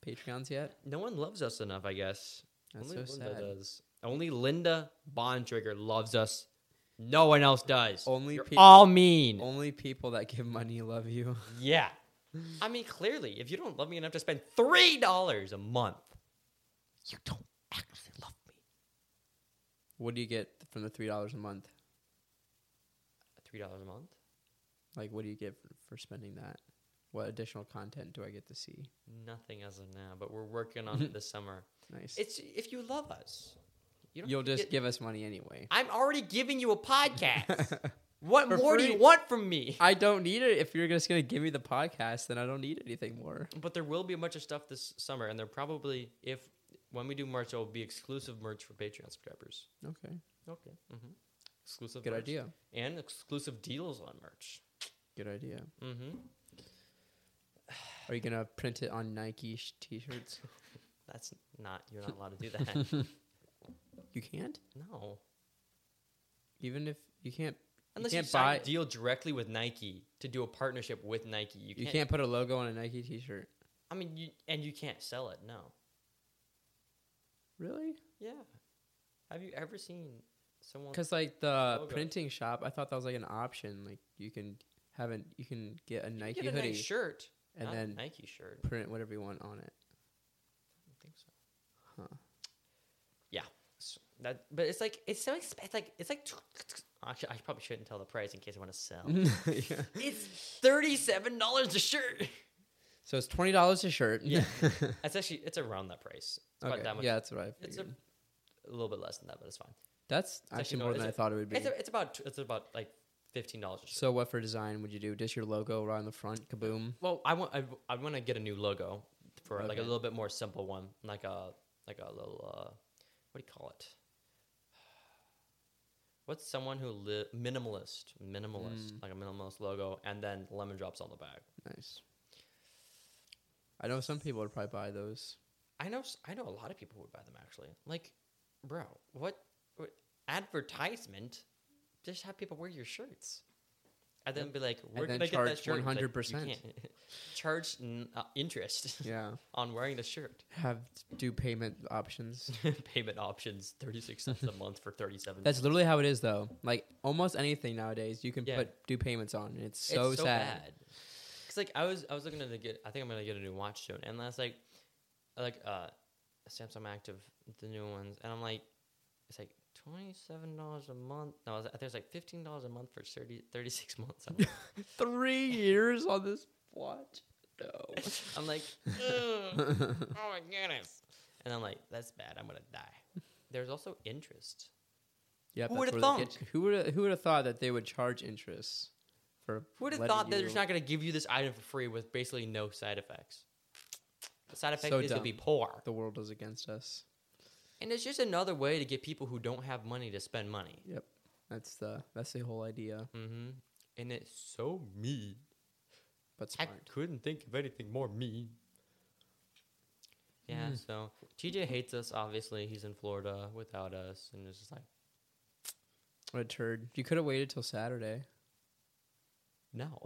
Speaker 2: Patreons yet?
Speaker 1: No one loves us enough, I guess.
Speaker 2: That's
Speaker 1: Only uh,
Speaker 2: so
Speaker 1: Linda
Speaker 2: sad.
Speaker 1: does. Only Linda Bontrigger loves us. No one else does.
Speaker 2: Only
Speaker 1: You're
Speaker 2: peop-
Speaker 1: all mean.
Speaker 2: Only people that give money love you.
Speaker 1: Yeah. I mean, clearly, if you don't love me enough to spend three dollars a month, you don't actually love me.
Speaker 2: What do you get from the three dollars a month?
Speaker 1: Three dollars a month?
Speaker 2: Like, what do you get for, for spending that? What additional content do I get to see?
Speaker 1: Nothing as of now, but we're working on it this summer.
Speaker 2: Nice.
Speaker 1: It's if you love us, you don't
Speaker 2: You'll
Speaker 1: have to
Speaker 2: just
Speaker 1: get-
Speaker 2: give us money anyway.
Speaker 1: I'm already giving you a podcast. what
Speaker 2: For
Speaker 1: more do
Speaker 2: free.
Speaker 1: you want from me?
Speaker 2: I don't need it. If you're just gonna give me the podcast, then I don't need anything more.
Speaker 1: But there will be a bunch of stuff this summer, and there probably, if when we do merch, it will be exclusive merch for Patreon subscribers.
Speaker 2: Okay.
Speaker 1: Okay. hmm Exclusive.
Speaker 2: Good
Speaker 1: merch.
Speaker 2: idea.
Speaker 1: And exclusive deals on merch.
Speaker 2: Good idea.
Speaker 1: Mm-hmm.
Speaker 2: Are you gonna print it on Nike sh- t-shirts?
Speaker 1: That's not. You're not allowed to do that.
Speaker 2: You can't.
Speaker 1: no.
Speaker 2: Even if you can't.
Speaker 1: Unless you,
Speaker 2: can't
Speaker 1: sign
Speaker 2: buy-
Speaker 1: a deal directly with Nike to do a partnership with Nike, you
Speaker 2: You
Speaker 1: can't.
Speaker 2: can't, put a logo on a Nike t-shirt.
Speaker 1: I mean, you and you can't sell it. No.
Speaker 2: Really?
Speaker 1: Yeah. Have you ever seen someone?
Speaker 2: Because like the
Speaker 1: Logo.
Speaker 2: printing shop, I thought that was like an option. Like you can have an you can get a
Speaker 1: You
Speaker 2: Nike
Speaker 1: get a nice
Speaker 2: hoodie
Speaker 1: shirt,
Speaker 2: and
Speaker 1: not a
Speaker 2: then
Speaker 1: Nike shirt.
Speaker 2: print whatever you want on it.
Speaker 1: I don't think so.
Speaker 2: Huh.
Speaker 1: Yeah. S- That, but it's like it's so expensive. It's like it's like. Actually, I probably shouldn't tell the price in case I want to sell.
Speaker 2: yeah.
Speaker 1: it's thirty-seven dollars a shirt.
Speaker 2: So it's twenty dollars a shirt.
Speaker 1: Yeah. That's actually it's around that price. It's about
Speaker 2: okay.
Speaker 1: that much.
Speaker 2: Yeah, that's what I
Speaker 1: It's a,
Speaker 2: figured.
Speaker 1: a little bit less than that, but it's fine.
Speaker 2: that's
Speaker 1: actually
Speaker 2: actually,
Speaker 1: no,
Speaker 2: more
Speaker 1: it's
Speaker 2: than I
Speaker 1: a-
Speaker 2: thought it would be.
Speaker 1: It's, a, it's about it's about like fifteen dollars a shirt.
Speaker 2: so what for design would you do? Just your logo right on the front, kaboom.
Speaker 1: Well, I want I, I want to get a new logo for like a
Speaker 2: Okay.
Speaker 1: little bit more simple one, like a like a little uh, what do you call it? What's someone who li- minimalist, minimalist,
Speaker 2: Mm.
Speaker 1: like a minimalist logo, and then lemon drops on the back.
Speaker 2: Nice. I know some people would probably buy those.
Speaker 1: I know s- I know a lot of people would buy them actually. Like, bro, what, what advertisement? Just have people wear your shirts. And then be like, where
Speaker 2: then
Speaker 1: can I get
Speaker 2: charge
Speaker 1: that shirt? It's like, you
Speaker 2: 100%.
Speaker 1: can't. charge n- uh, interest
Speaker 2: Yeah.
Speaker 1: on wearing the shirt.
Speaker 2: Have do payment options.
Speaker 1: Payment options, 36 cents a month for 37
Speaker 2: That's literally how it is though. Like almost anything nowadays you can
Speaker 1: Yeah.
Speaker 2: put do payments on and it's so, sad.
Speaker 1: Cause like I was I was looking to get I think I'm gonna get a new watch soon, and that's like like uh Samsung Active the new ones, and I'm like it's like twenty seven dollars a month. No, I, was, I think it's like fifteen dollars a month for 30, 36 months. I'm like,
Speaker 2: Three years on this watch? No.
Speaker 1: I'm like "Ugh, oh my goodness, and I'm like that's bad. I'm gonna die. There's also interest.
Speaker 2: yep,
Speaker 1: Who
Speaker 2: that's
Speaker 1: would've
Speaker 2: where they get-
Speaker 1: thunk?
Speaker 2: Who would who would have thought that they would charge interest for
Speaker 1: Who would have
Speaker 2: letting
Speaker 1: thought that
Speaker 2: you-
Speaker 1: they're not gonna give you this item for free with basically no side effects? The side effect
Speaker 2: So
Speaker 1: is to
Speaker 2: dumb.
Speaker 1: be poor.
Speaker 2: the world is against us?
Speaker 1: And it's just another way to get people who don't have money to spend money.
Speaker 2: Yep. That's the that's the whole idea.
Speaker 1: Mm-hmm. And it's so mean.
Speaker 2: But
Speaker 1: I
Speaker 2: smart.
Speaker 1: couldn't think of anything more Hmm. mean. Yeah, so TJ hates us, obviously. He's in Florida without us. And it's just like,
Speaker 2: What a turd. You could have waited till Saturday.
Speaker 1: no,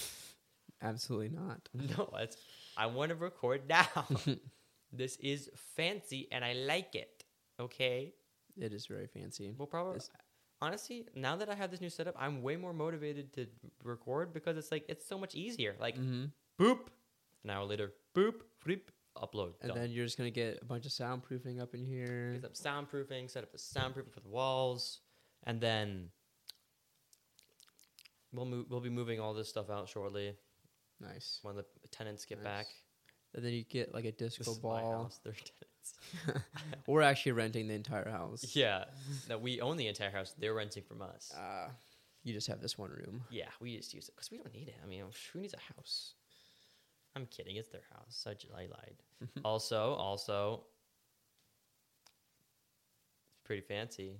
Speaker 2: Absolutely not.
Speaker 1: no, that's, I want to record now. this is fancy and I like it. Okay.
Speaker 2: It is very fancy.
Speaker 1: Well, probably.
Speaker 2: This-
Speaker 1: Honestly, now that I have this new setup, I'm way more motivated to record because it's like, it's so much easier. Like,
Speaker 2: Mm-hmm.
Speaker 1: boop. An hour later, boop, flip, upload.
Speaker 2: And
Speaker 1: done.
Speaker 2: then you're just gonna get a bunch of soundproofing up in here.
Speaker 1: Get some soundproofing, set up a soundproofing for the walls, and then we'll move, we'll be moving all this stuff out shortly
Speaker 2: Nice.
Speaker 1: when the tenants get
Speaker 2: Nice.
Speaker 1: back.
Speaker 2: And then you get like a
Speaker 1: This
Speaker 2: disco
Speaker 1: is my
Speaker 2: ball.
Speaker 1: house, their tenants.
Speaker 2: We're actually renting the entire house.
Speaker 1: yeah, no, we own the entire house. They're renting from us.
Speaker 2: Uh, you just have this one room.
Speaker 1: yeah, we just use it because we don't need it. I mean, who needs a house? I'm kidding. It's their house. I, j- I lied. also, also, it's pretty fancy.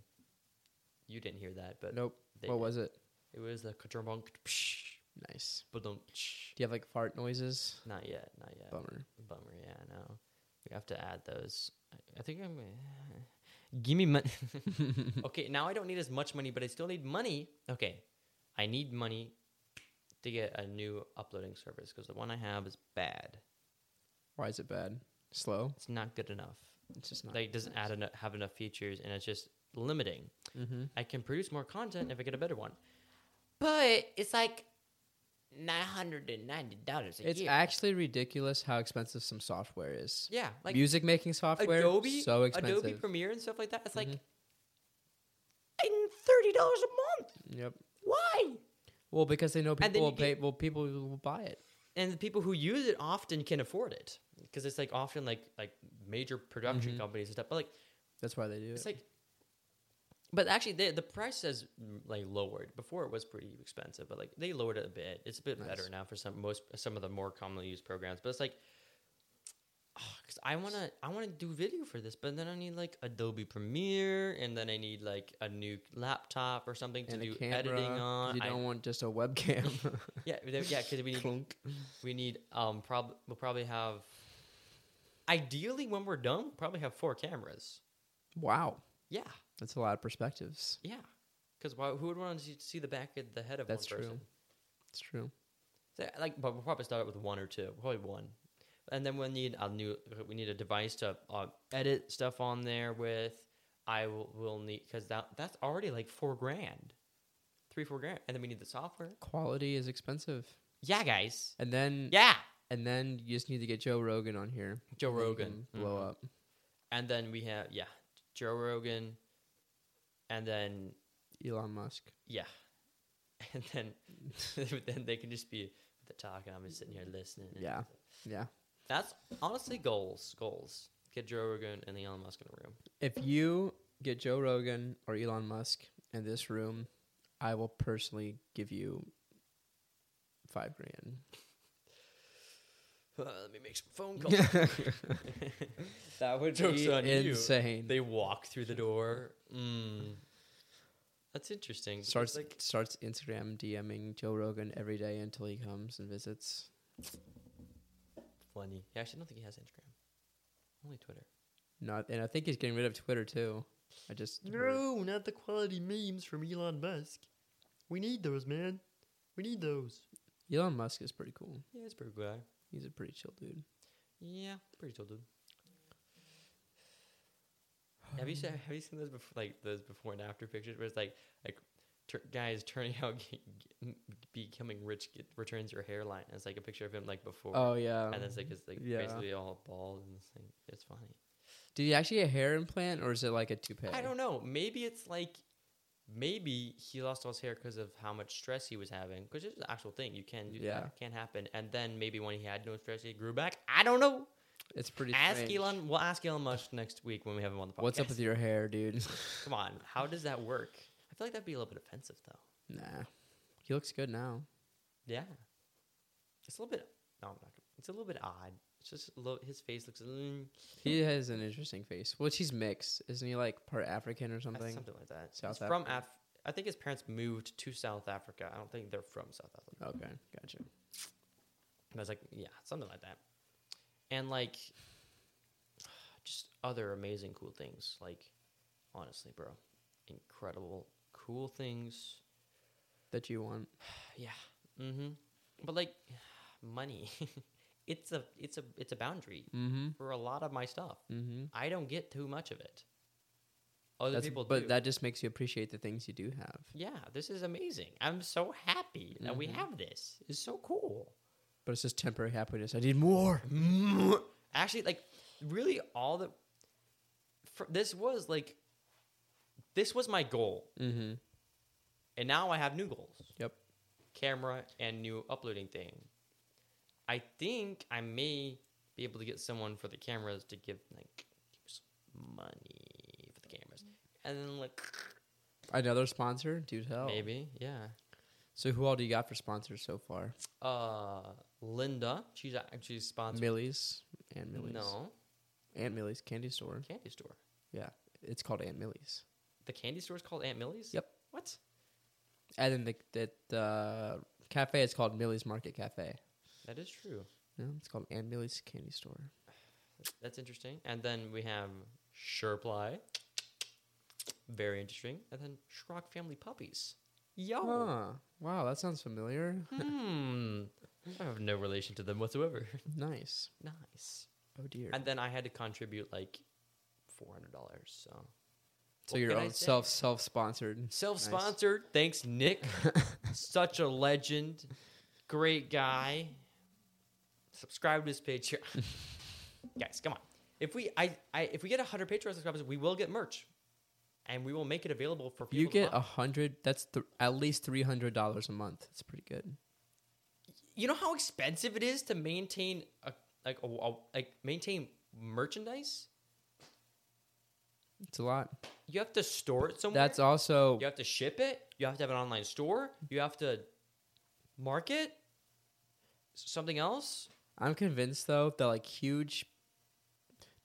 Speaker 1: You didn't hear that, but
Speaker 2: Nope.
Speaker 1: they
Speaker 2: what
Speaker 1: did.
Speaker 2: was it?
Speaker 1: It was the katrumbunk, psh,
Speaker 2: Nice.
Speaker 1: ba-dunk,
Speaker 2: Do you have like fart noises?
Speaker 1: Not yet, not yet.
Speaker 2: Bummer.
Speaker 1: Bummer, yeah, I know. We have to add those. I, I think I'm. Uh, give me money. okay, now I don't need as much money, but I still need money. Okay, I need money to get a new uploading service because the one I have is bad.
Speaker 2: Why is it bad? Slow.
Speaker 1: It's not good enough.
Speaker 2: It's just not.
Speaker 1: Like, it doesn't add enough, have enough features, and it's just limiting.
Speaker 2: mm-hmm.
Speaker 1: I can produce more content if I get a better one. But it's like nine hundred and ninety dollars a
Speaker 2: It's
Speaker 1: year.
Speaker 2: actually ridiculous how expensive some software is.
Speaker 1: yeah, like
Speaker 2: Music making software,
Speaker 1: Adobe,
Speaker 2: so expensive. Mm-hmm.
Speaker 1: Adobe Premiere and stuff like that. It's like
Speaker 2: Mhm.
Speaker 1: "I'm thirty dollars a month.
Speaker 2: yep.
Speaker 1: Why?
Speaker 2: Well, because they know
Speaker 1: then
Speaker 2: people will
Speaker 1: you
Speaker 2: pay. Well, people will buy it.
Speaker 1: And the people who use it often can afford it because it's like often like like major production
Speaker 2: Mhm.
Speaker 1: companies and stuff. But like
Speaker 2: That's why they do
Speaker 1: it's
Speaker 2: it.
Speaker 1: like, but actually the the price has mm, like lowered. Before it was pretty expensive, but like they lowered it a bit. It's a bit better
Speaker 2: Nice.
Speaker 1: now for some most some of the more commonly used programs. But it's like. Because I wanna, I wanna do video for this, but then I need like Adobe Premiere, and then I need like a new laptop or something to
Speaker 2: and
Speaker 1: do
Speaker 2: a camera.
Speaker 1: editing on.
Speaker 2: You
Speaker 1: I-
Speaker 2: don't want just a webcam.
Speaker 1: Yeah, there- yeah, because we need
Speaker 2: Clunk.
Speaker 1: we need um prob we'll probably have ideally when we're done we'll probably have four cameras.
Speaker 2: Wow,
Speaker 1: Yeah,
Speaker 2: that's a lot of perspectives.
Speaker 1: yeah. Because why? Who would want to see- see the back of the head of
Speaker 2: That's
Speaker 1: one
Speaker 2: true.
Speaker 1: person?
Speaker 2: It's true.
Speaker 1: So, like, but we'll probably start with one or two, probably one, and then we'll need a new. We need a device to uh, edit stuff on there with. I will, will need because that that's already like four grand, three four grand, and then we need the software.
Speaker 2: Quality is expensive,
Speaker 1: Yeah, guys.
Speaker 2: and then
Speaker 1: Yeah,
Speaker 2: and then you just need to get Joe Rogan on here.
Speaker 1: Joe
Speaker 2: and then you
Speaker 1: Rogan.
Speaker 2: can Mm-hmm. blow
Speaker 1: Mhm.
Speaker 2: up.
Speaker 1: And then we have yeah, Joe Rogan, and then
Speaker 2: Elon Musk.
Speaker 1: yeah, and then then they can just be the talk, and I'm just sitting here listening. and-
Speaker 2: Yeah. Yeah.
Speaker 1: that's honestly goals. Goals. Get Joe Rogan and Elon Musk in a room.
Speaker 2: If you get Joe Rogan or Elon Musk in this room, I will personally give you five grand.
Speaker 1: Uh, let me make some phone calls.
Speaker 2: That would
Speaker 1: Joke's
Speaker 2: be
Speaker 1: on you.
Speaker 2: insane.
Speaker 1: they walk through the door. Mm. That's interesting. because,
Speaker 2: starts
Speaker 1: like
Speaker 2: starts Instagram DMing Joe Rogan every day until he comes and visits.
Speaker 1: funny. Yeah, actually, I don't think he has Instagram. Only Twitter.
Speaker 2: Not, and I think he's getting rid of Twitter too. I just heard.
Speaker 1: not the quality memes from Elon Musk. We need those, man. We need those.
Speaker 2: Elon Musk is pretty cool.
Speaker 1: Yeah, it's pretty good.
Speaker 2: He's a pretty chill dude.
Speaker 1: Yeah, pretty chill, dude. Have you seen Have you seen those before, like those before and after pictures where it's like like tur guys turning out g- g- becoming rich get, returns your hairline? And it's like a picture of him like before,
Speaker 2: Oh yeah.
Speaker 1: and it's like it's like
Speaker 2: yeah.
Speaker 1: basically all bald and it's, like, it's funny.
Speaker 2: Did he actually get a hair implant or is it like a toupee?
Speaker 1: I don't know. Maybe it's like maybe he lost all his hair because of how much stress he was having, because it's an actual thing. You can do
Speaker 2: Yeah.
Speaker 1: that. It can happen. And then maybe when he had no stress, he grew back. I don't know.
Speaker 2: It's pretty.
Speaker 1: ask
Speaker 2: strange.
Speaker 1: Elon. We'll ask Elon Musk next week when we have him on the podcast.
Speaker 2: What's up with your hair, dude?
Speaker 1: Come on, how does that work? I feel like that'd be a little bit offensive, though.
Speaker 2: nah. He looks good now.
Speaker 1: Yeah, it's a little bit. No, I'm not. Gonna, it's a little bit odd. It's just a little, his face looks mm,
Speaker 2: He has an interesting face. Which he's mixed, isn't he? Like part African or something?
Speaker 1: something, like that.
Speaker 2: South
Speaker 1: He's from Af. I think his parents moved to South Africa. I don't think they're from South Africa.
Speaker 2: Okay, gotcha.
Speaker 1: And I was like, yeah, something like that. And like, just other amazing cool things. Like, honestly, bro, incredible cool things.
Speaker 2: That you want?
Speaker 1: Mm-hmm. But like, money, it's a it's a it's a boundary
Speaker 2: Mm-hmm.
Speaker 1: for a lot of my stuff.
Speaker 2: Mm-hmm.
Speaker 1: I don't get too much of it. Other
Speaker 2: That's,
Speaker 1: people
Speaker 2: but
Speaker 1: do.
Speaker 2: that just makes you appreciate the things you do have.
Speaker 1: yeah, this is amazing. I'm so happy that we
Speaker 2: Mhm.
Speaker 1: have this. It's so cool.
Speaker 2: But it's just temporary happiness. I need more.
Speaker 1: Actually, like really, all the fr- this was like this was my goal,
Speaker 2: Mm-hmm.
Speaker 1: and now I have new goals.
Speaker 2: Yep.
Speaker 1: camera and new uploading thing. I think I may be able to get someone for the cameras to give like give me some money for the cameras,
Speaker 2: Mm-hmm.
Speaker 1: and then like
Speaker 2: Another sponsor? Do tell.
Speaker 1: maybe yeah.
Speaker 2: So who all do you got for sponsors so far?
Speaker 1: Uh, Linda, she's a- she's sponsored.
Speaker 2: Millie's. Aunt Millie's.
Speaker 1: No,
Speaker 2: Aunt Millie's Candy Store.
Speaker 1: candy store.
Speaker 2: It's called Aunt Millie's.
Speaker 1: The candy store is called Aunt Millie's.
Speaker 2: Yep.
Speaker 1: What?
Speaker 2: And then the, the, the cafe is called Millie's Market Cafe.
Speaker 1: That is true.
Speaker 2: No, it's called Aunt Millie's Candy Store.
Speaker 1: That's interesting. And then we have Sherply. Very interesting. And then Schrock Family Puppies. Yo.
Speaker 2: Huh. Wow, that sounds familiar.
Speaker 1: hmm. I have no relation to them whatsoever.
Speaker 2: nice.
Speaker 1: nice.
Speaker 2: Oh dear.
Speaker 1: And then I had to contribute like four hundred dollars. So,
Speaker 2: so your own self self sponsored.
Speaker 1: self sponsored. Thanks, Nick. Such a legend, great guy. Subscribe to his Patreon, guys. Come on. If we I, I if we get hundred Patreon subscribers, we will get merch, and we will make it available for people.
Speaker 2: You
Speaker 1: to
Speaker 2: get
Speaker 1: buy.
Speaker 2: a hundred. That's th- at least three hundred dollars a month. That's pretty good.
Speaker 1: you know how expensive it is to maintain a like a, a like maintain merchandise.
Speaker 2: It's a lot.
Speaker 1: You have to store it somewhere.
Speaker 2: That's also
Speaker 1: You have to ship it. You have to have an online store. You have to market S- something else.
Speaker 2: I'm convinced though that like huge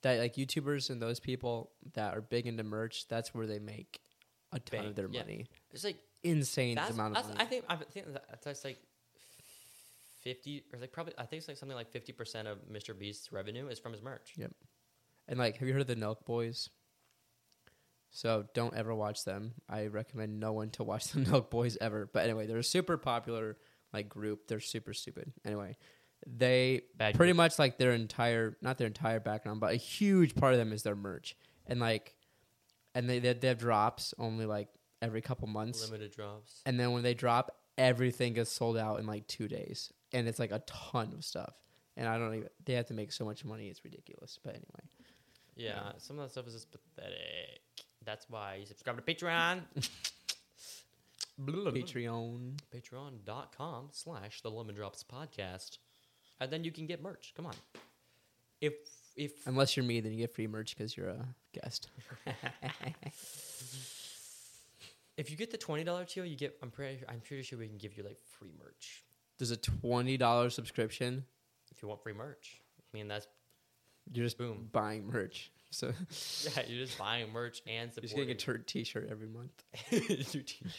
Speaker 2: that like YouTubers and those people that are big into merch, that's where they make a ton
Speaker 1: Bang,
Speaker 2: of their
Speaker 1: yeah.
Speaker 2: money.
Speaker 1: It's like
Speaker 2: Insane
Speaker 1: that's,
Speaker 2: amount of
Speaker 1: that's- I
Speaker 2: money.
Speaker 1: think I think that- that's like fifty or like probably I think it's like something like fifty percent of Mr. Beast's revenue is from his merch.
Speaker 2: and like, have you heard of the Nelk Boys? So don't ever watch them. I recommend no one to watch the Nelk Boys ever. But anyway, they're a super popular like group. They're super stupid. Anyway, they
Speaker 1: Bad
Speaker 2: pretty much like their entire not their entire background but a huge part of them is their merch and like and they they, they have drops only like every couple months
Speaker 1: limited drops.
Speaker 2: and then when they drop everything gets sold out in like two days and it's like a ton of stuff and i don't even they have to make so much money it's ridiculous but anyway
Speaker 1: Yeah, some of that stuff is just pathetic. That's why you subscribe to Patreon.
Speaker 2: patreon
Speaker 1: patreon.com slash the lemon drops podcast and then you can get merch come on if if
Speaker 2: unless you're me then you get free merch because you're a guest
Speaker 1: if you get the $20 tier you get i'm pretty i'm pretty sure we can give you like free merch
Speaker 2: there's a $20 subscription
Speaker 1: if you want free merch i mean that's
Speaker 2: you're just
Speaker 1: Boom.
Speaker 2: buying merch so
Speaker 1: yeah you're just buying merch and
Speaker 2: you're just getting a
Speaker 1: supporting
Speaker 2: tur t-shirt every month
Speaker 1: your t-shirt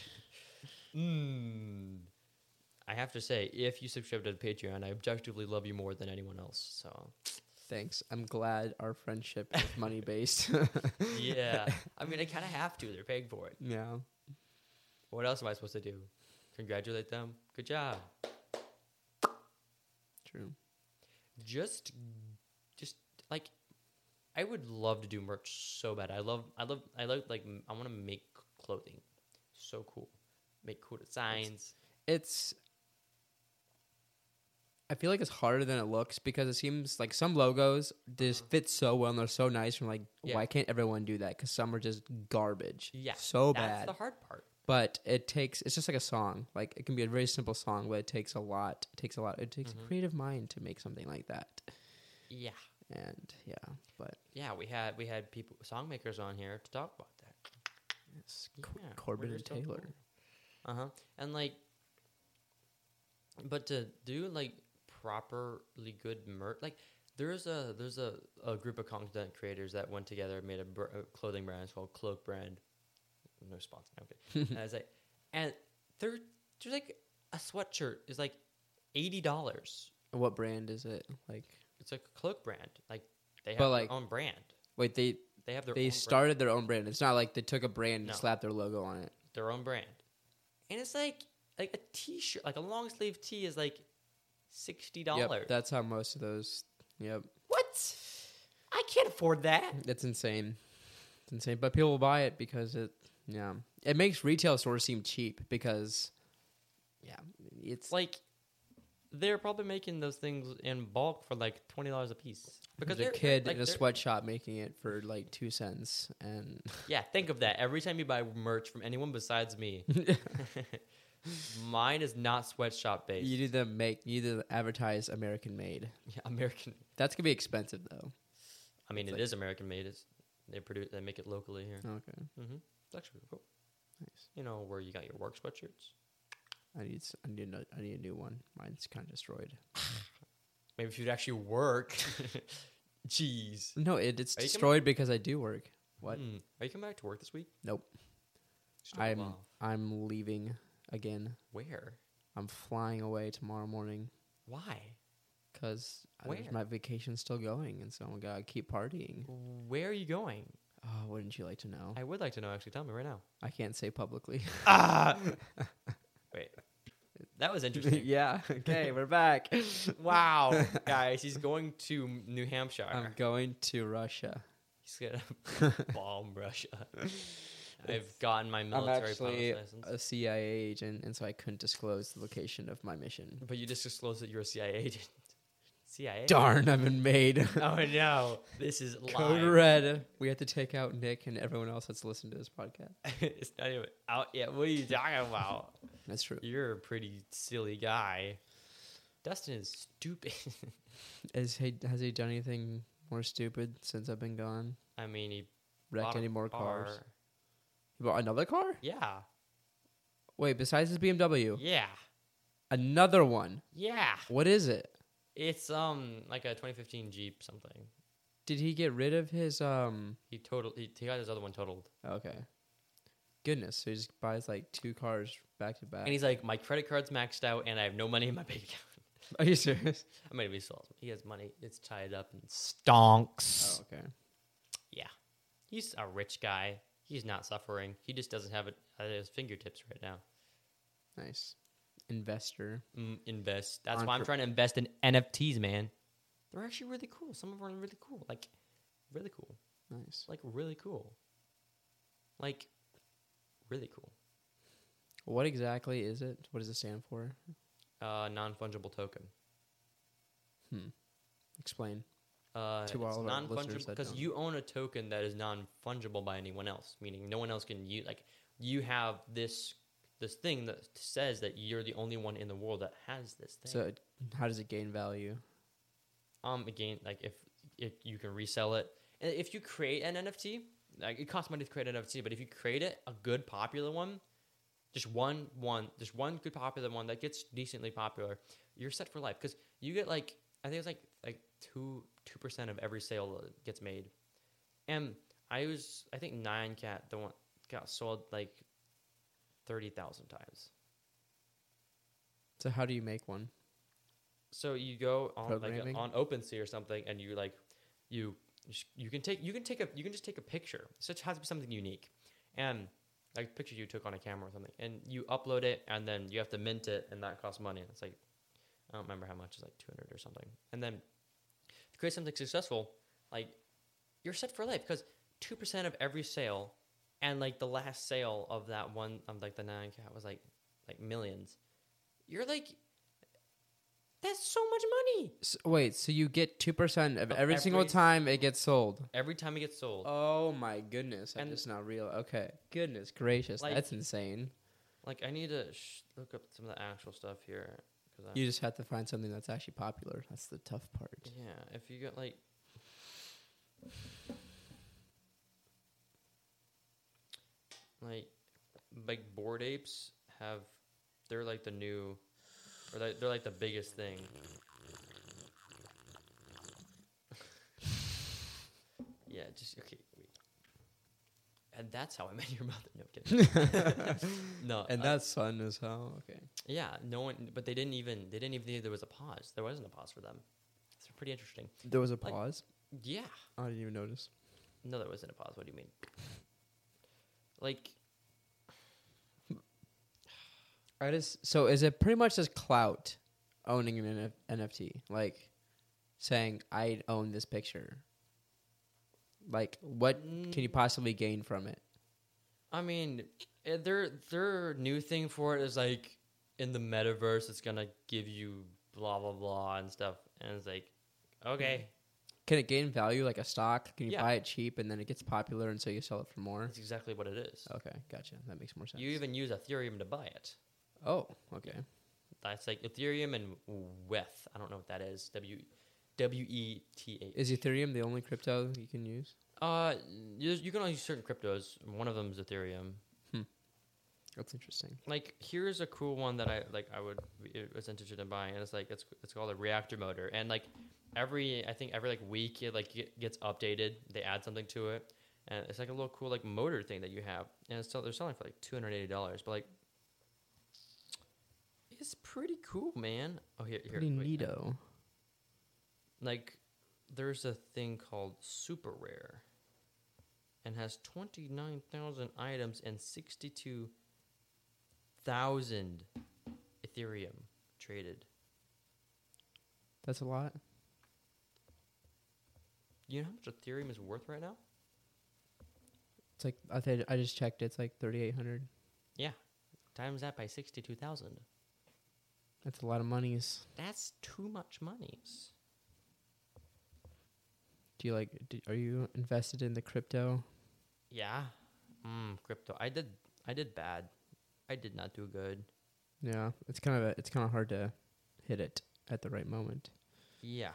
Speaker 1: mm. i have to say if you subscribe to patreon i objectively love you more than anyone else so
Speaker 2: Thanks. I'm glad our friendship is money based.
Speaker 1: yeah i mean i kind of have to they're paying for it
Speaker 2: yeah.
Speaker 1: what else am i supposed to do Congratulate them. Good job.
Speaker 2: True.
Speaker 1: Just, just like, I would love to do merch so bad. I love, I love, I love like m- I want to make clothing. So cool. Make cool designs.
Speaker 2: It's. I feel like it's harder than it looks because it seems like some logos just fit so well and they're so nice. And like,
Speaker 1: Uh-huh. Yeah.
Speaker 2: why can't everyone do that? Because some are just garbage.
Speaker 1: Yeah,
Speaker 2: So
Speaker 1: That's
Speaker 2: bad.
Speaker 1: the hard part.
Speaker 2: but it takes it's just like a song like it can be a very simple song but it takes a lot it takes a lot it takes
Speaker 1: Mhm.
Speaker 2: a creative mind to make something like that
Speaker 1: Yeah,
Speaker 2: and yeah but
Speaker 1: yeah. We had we had people song makers on here to talk about that.
Speaker 2: it's
Speaker 1: Yeah,
Speaker 2: Co-
Speaker 1: we're
Speaker 2: corbin and
Speaker 1: just so cool.
Speaker 2: taylor
Speaker 1: Uh huh. And like, but to do like properly good merch, like there's a there's a, a group of content creators that went together and made a, br- a clothing brand it's called Cloak Brand. No sponsor. Okay. and I was like, and they're there's like a sweatshirt is like eighty dollars.
Speaker 2: what brand is it like
Speaker 1: It's like a Cloak Brand. Like they have
Speaker 2: But,
Speaker 1: their
Speaker 2: like,
Speaker 1: own brand.
Speaker 2: wait they
Speaker 1: They have their
Speaker 2: they
Speaker 1: own brand,
Speaker 2: started their own brand it's not like they took a brand
Speaker 1: No.
Speaker 2: and slapped their logo on it
Speaker 1: their own brand, and it's like like a t-shirt, like a long sleeve tee is like sixty dollars.
Speaker 2: yep, that's how most of those yep
Speaker 1: What? I can't afford that.
Speaker 2: that's insane it's insane but people will buy it because it yeah it makes retail stores seem cheap because yeah it's
Speaker 1: It's like they're probably making those things in bulk for like twenty dollars a piece.
Speaker 2: Because
Speaker 1: they're-
Speaker 2: a
Speaker 1: they're-
Speaker 2: kid
Speaker 1: like,
Speaker 2: in a
Speaker 1: they're-
Speaker 2: sweatshop making it for like two cents, and
Speaker 1: Yeah, think of that. Every time you buy merch from anyone besides me, mine is not sweatshop based.
Speaker 2: you need to make you need to advertise American made.
Speaker 1: Yeah, American.
Speaker 2: That's gonna be expensive though.
Speaker 1: I mean,
Speaker 2: It's
Speaker 1: it is
Speaker 2: like-
Speaker 1: American made. It's they produce. They make it locally here.
Speaker 2: Okay,
Speaker 1: Mm-hmm. It's actually pretty cool.
Speaker 2: Nice.
Speaker 1: You know where you got your work sweatshirts.
Speaker 2: I need s- I need ano- I need a new one. Mine's kind of destroyed.
Speaker 1: Maybe if you'd actually work. Jeez.
Speaker 2: No, it, it's
Speaker 1: Are you coming-
Speaker 2: destroyed because I do work. What?
Speaker 1: Hmm. Are you coming back to work this week?
Speaker 2: Nope.
Speaker 1: Still
Speaker 2: I'm
Speaker 1: wow.
Speaker 2: I'm leaving again.
Speaker 1: Where?
Speaker 2: I'm flying away tomorrow morning
Speaker 1: Why?
Speaker 2: because
Speaker 1: Where?
Speaker 2: my vacation's still going, and so oh I gotta keep partying.
Speaker 1: Where are you going?
Speaker 2: Oh, wouldn't you like to know?
Speaker 1: I would like to know. Actually, tell me right now.
Speaker 2: I can't say publicly.
Speaker 1: Ah. Wait, that was interesting.
Speaker 2: yeah. Okay, we're back.
Speaker 1: Wow, guys, he's going to New Hampshire.
Speaker 2: I'm going to Russia.
Speaker 1: he's gonna bomb Russia. I've gotten my
Speaker 2: I'm
Speaker 1: military
Speaker 2: actually uh,
Speaker 1: pilot's license,
Speaker 2: a CIA agent, and so I couldn't disclose the location of my mission.
Speaker 1: but you just disclosed that you're a CIA agent. CIA.
Speaker 2: Darn, I've been made.
Speaker 1: Oh no, this is
Speaker 2: Code
Speaker 1: live.
Speaker 2: red. We have to take out Nick and everyone else that's listened to this podcast.
Speaker 1: it's not even out yet. What are you talking about?
Speaker 2: That's true.
Speaker 1: You're a pretty silly guy. Dustin is stupid.
Speaker 2: Is he, has he done anything more stupid since I've been gone?
Speaker 1: I mean, he
Speaker 2: Wrecked
Speaker 1: bought a
Speaker 2: any more
Speaker 1: car.
Speaker 2: cars? He bought another car?
Speaker 1: Yeah.
Speaker 2: Wait, besides his BMW,
Speaker 1: Yeah.
Speaker 2: another one.
Speaker 1: Yeah.
Speaker 2: What is it?
Speaker 1: It's um like a 2015 Jeep something.
Speaker 2: Did he get rid of his um?
Speaker 1: He totaled. He, he got his other one totaled,
Speaker 2: Okay. Goodness, so he just buys like two cars back to back.
Speaker 1: and he's like, "My credit card's maxed out, and I have no money in my bank account."
Speaker 2: Are you serious?
Speaker 1: I mean, he still has- he has money. It's tied up in stonks.
Speaker 2: Oh, okay.
Speaker 1: He's a rich guy. He's not suffering. He just doesn't have it at his fingertips right now.
Speaker 2: Nice. Investor.
Speaker 1: Mm, invest. That's why I'm
Speaker 2: Entre-
Speaker 1: trying to invest in NFTs, man. They're actually really cool. Some of them are really cool. Like, really cool.
Speaker 2: Nice.
Speaker 1: Like, really cool. Like, really cool.
Speaker 2: What exactly is it? What does it stand for?
Speaker 1: Uh, non fungible token.
Speaker 2: Explain.
Speaker 1: Uh,
Speaker 2: To
Speaker 1: it's
Speaker 2: all of our listeners
Speaker 1: non-fungible
Speaker 2: that
Speaker 1: because
Speaker 2: don't
Speaker 1: you own a token that is non-fungible by anyone else, meaning no one else can use. Like you have this this thing that says that you're the only one in the world that has this thing.
Speaker 2: So, it, how does it gain value?
Speaker 1: um, again, like if if you can resell it, and if you create an NFT, like it costs money to create an NFT, but if you create it, a good popular one, just one one, just one good popular one that gets decently popular, you're set for life because you get like I think it's like like two two percent of every sale that gets made, and I was I think Nine Cat the one got sold like thirty thousand times.
Speaker 2: So, how do you make one?
Speaker 1: So you go on like
Speaker 2: Programming?
Speaker 1: uh, on OpenSea or something, and you like you you can take you can take a you can just take a picture. So it has to be something unique, and like picture you took on a camera or something, and you upload it, and then you have to mint it, and that costs money. It's like I don't remember how much it's like two hundred or something. And then to create something successful, like you're set for life because two percent of every sale, and like the last sale of that one, of like the nine cat was like like millions. You're like that's so much money
Speaker 2: S wait, so you get two percent of
Speaker 1: Of
Speaker 2: every, single
Speaker 1: every-
Speaker 2: time it gets sold.
Speaker 1: every time it gets sold.
Speaker 2: Oh my goodness! I
Speaker 1: And-
Speaker 2: just not real. Okay, goodness gracious,
Speaker 1: Like-
Speaker 2: that's insane.
Speaker 1: Like I need to sh- look up some of the actual stuff here because
Speaker 2: You just have to find something that's actually popular. That's the tough part.
Speaker 1: yeah, if you get like like like board apes have they're like the new or like, they're like the biggest thing. yeah, just okay. Wait. And that's how I met your mother. No, I'm kidding. no,
Speaker 2: And
Speaker 1: uh,
Speaker 2: that's fun as hell. Okay.
Speaker 1: yeah, no one. But they didn't even. They didn't even think there was a pause. There wasn't a pause for them. It's pretty interesting.
Speaker 2: There was a
Speaker 1: Like-
Speaker 2: pause.
Speaker 1: Yeah.
Speaker 2: I didn't even notice.
Speaker 1: No, there wasn't a pause. What do you mean? Like,
Speaker 2: I just so is it pretty much just clout owning an NF- NFT, like saying I own this picture. Like, what can you
Speaker 1: Mm.
Speaker 2: possibly gain from it?
Speaker 1: I mean, eh, their their new thing for it is like in the metaverse, it's gonna give you blah blah blah and stuff, and it's like, okay,
Speaker 2: Mm-hmm. Can it gain value like a stock? Can you
Speaker 1: Yeah.
Speaker 2: buy it cheap and then it gets popular and so you sell it for more?
Speaker 1: that's exactly what it is.
Speaker 2: Okay, gotcha. That makes more sense.
Speaker 1: You even use Ethereum to buy it.
Speaker 2: oh, okay.
Speaker 1: That's like Ethereum and Weth. I don't know what that is. W W E T H.
Speaker 2: Is Ethereum the only crypto you can use?
Speaker 1: Uh, you, you can only use certain cryptos. One of them is Ethereum.
Speaker 2: That's interesting.
Speaker 1: Like, here's a cool one that I like. I would it was interested in buying. And it's like it's it's called a reactor motor, and like every I think every like week it like get- gets updated. They add something to it, and it's like a little cool like motor thing that you have, and it's sell, they're selling for like two hundred eighty dollars. But like, it's pretty cool, man. Oh here here
Speaker 2: Pretty
Speaker 1: wait, I-
Speaker 2: neato.
Speaker 1: like there's a thing called super rare and has 29,000 items and 62,000 ethereum traded.
Speaker 2: That's a lot.
Speaker 1: You know how much ethereum is worth right now?
Speaker 2: It's like I, th- I just checked. It's like thirty eight hundred.
Speaker 1: Times that by 62,000.
Speaker 2: That's a lot of monies.
Speaker 1: That's too much monies.
Speaker 2: Do you like? Do, are you invested in the crypto?
Speaker 1: Yeah. Mm, crypto. I did I did bad. I did not do good.
Speaker 2: Yeah, it's kind of a, it's kind of hard to hit it at the right moment.
Speaker 1: Yeah.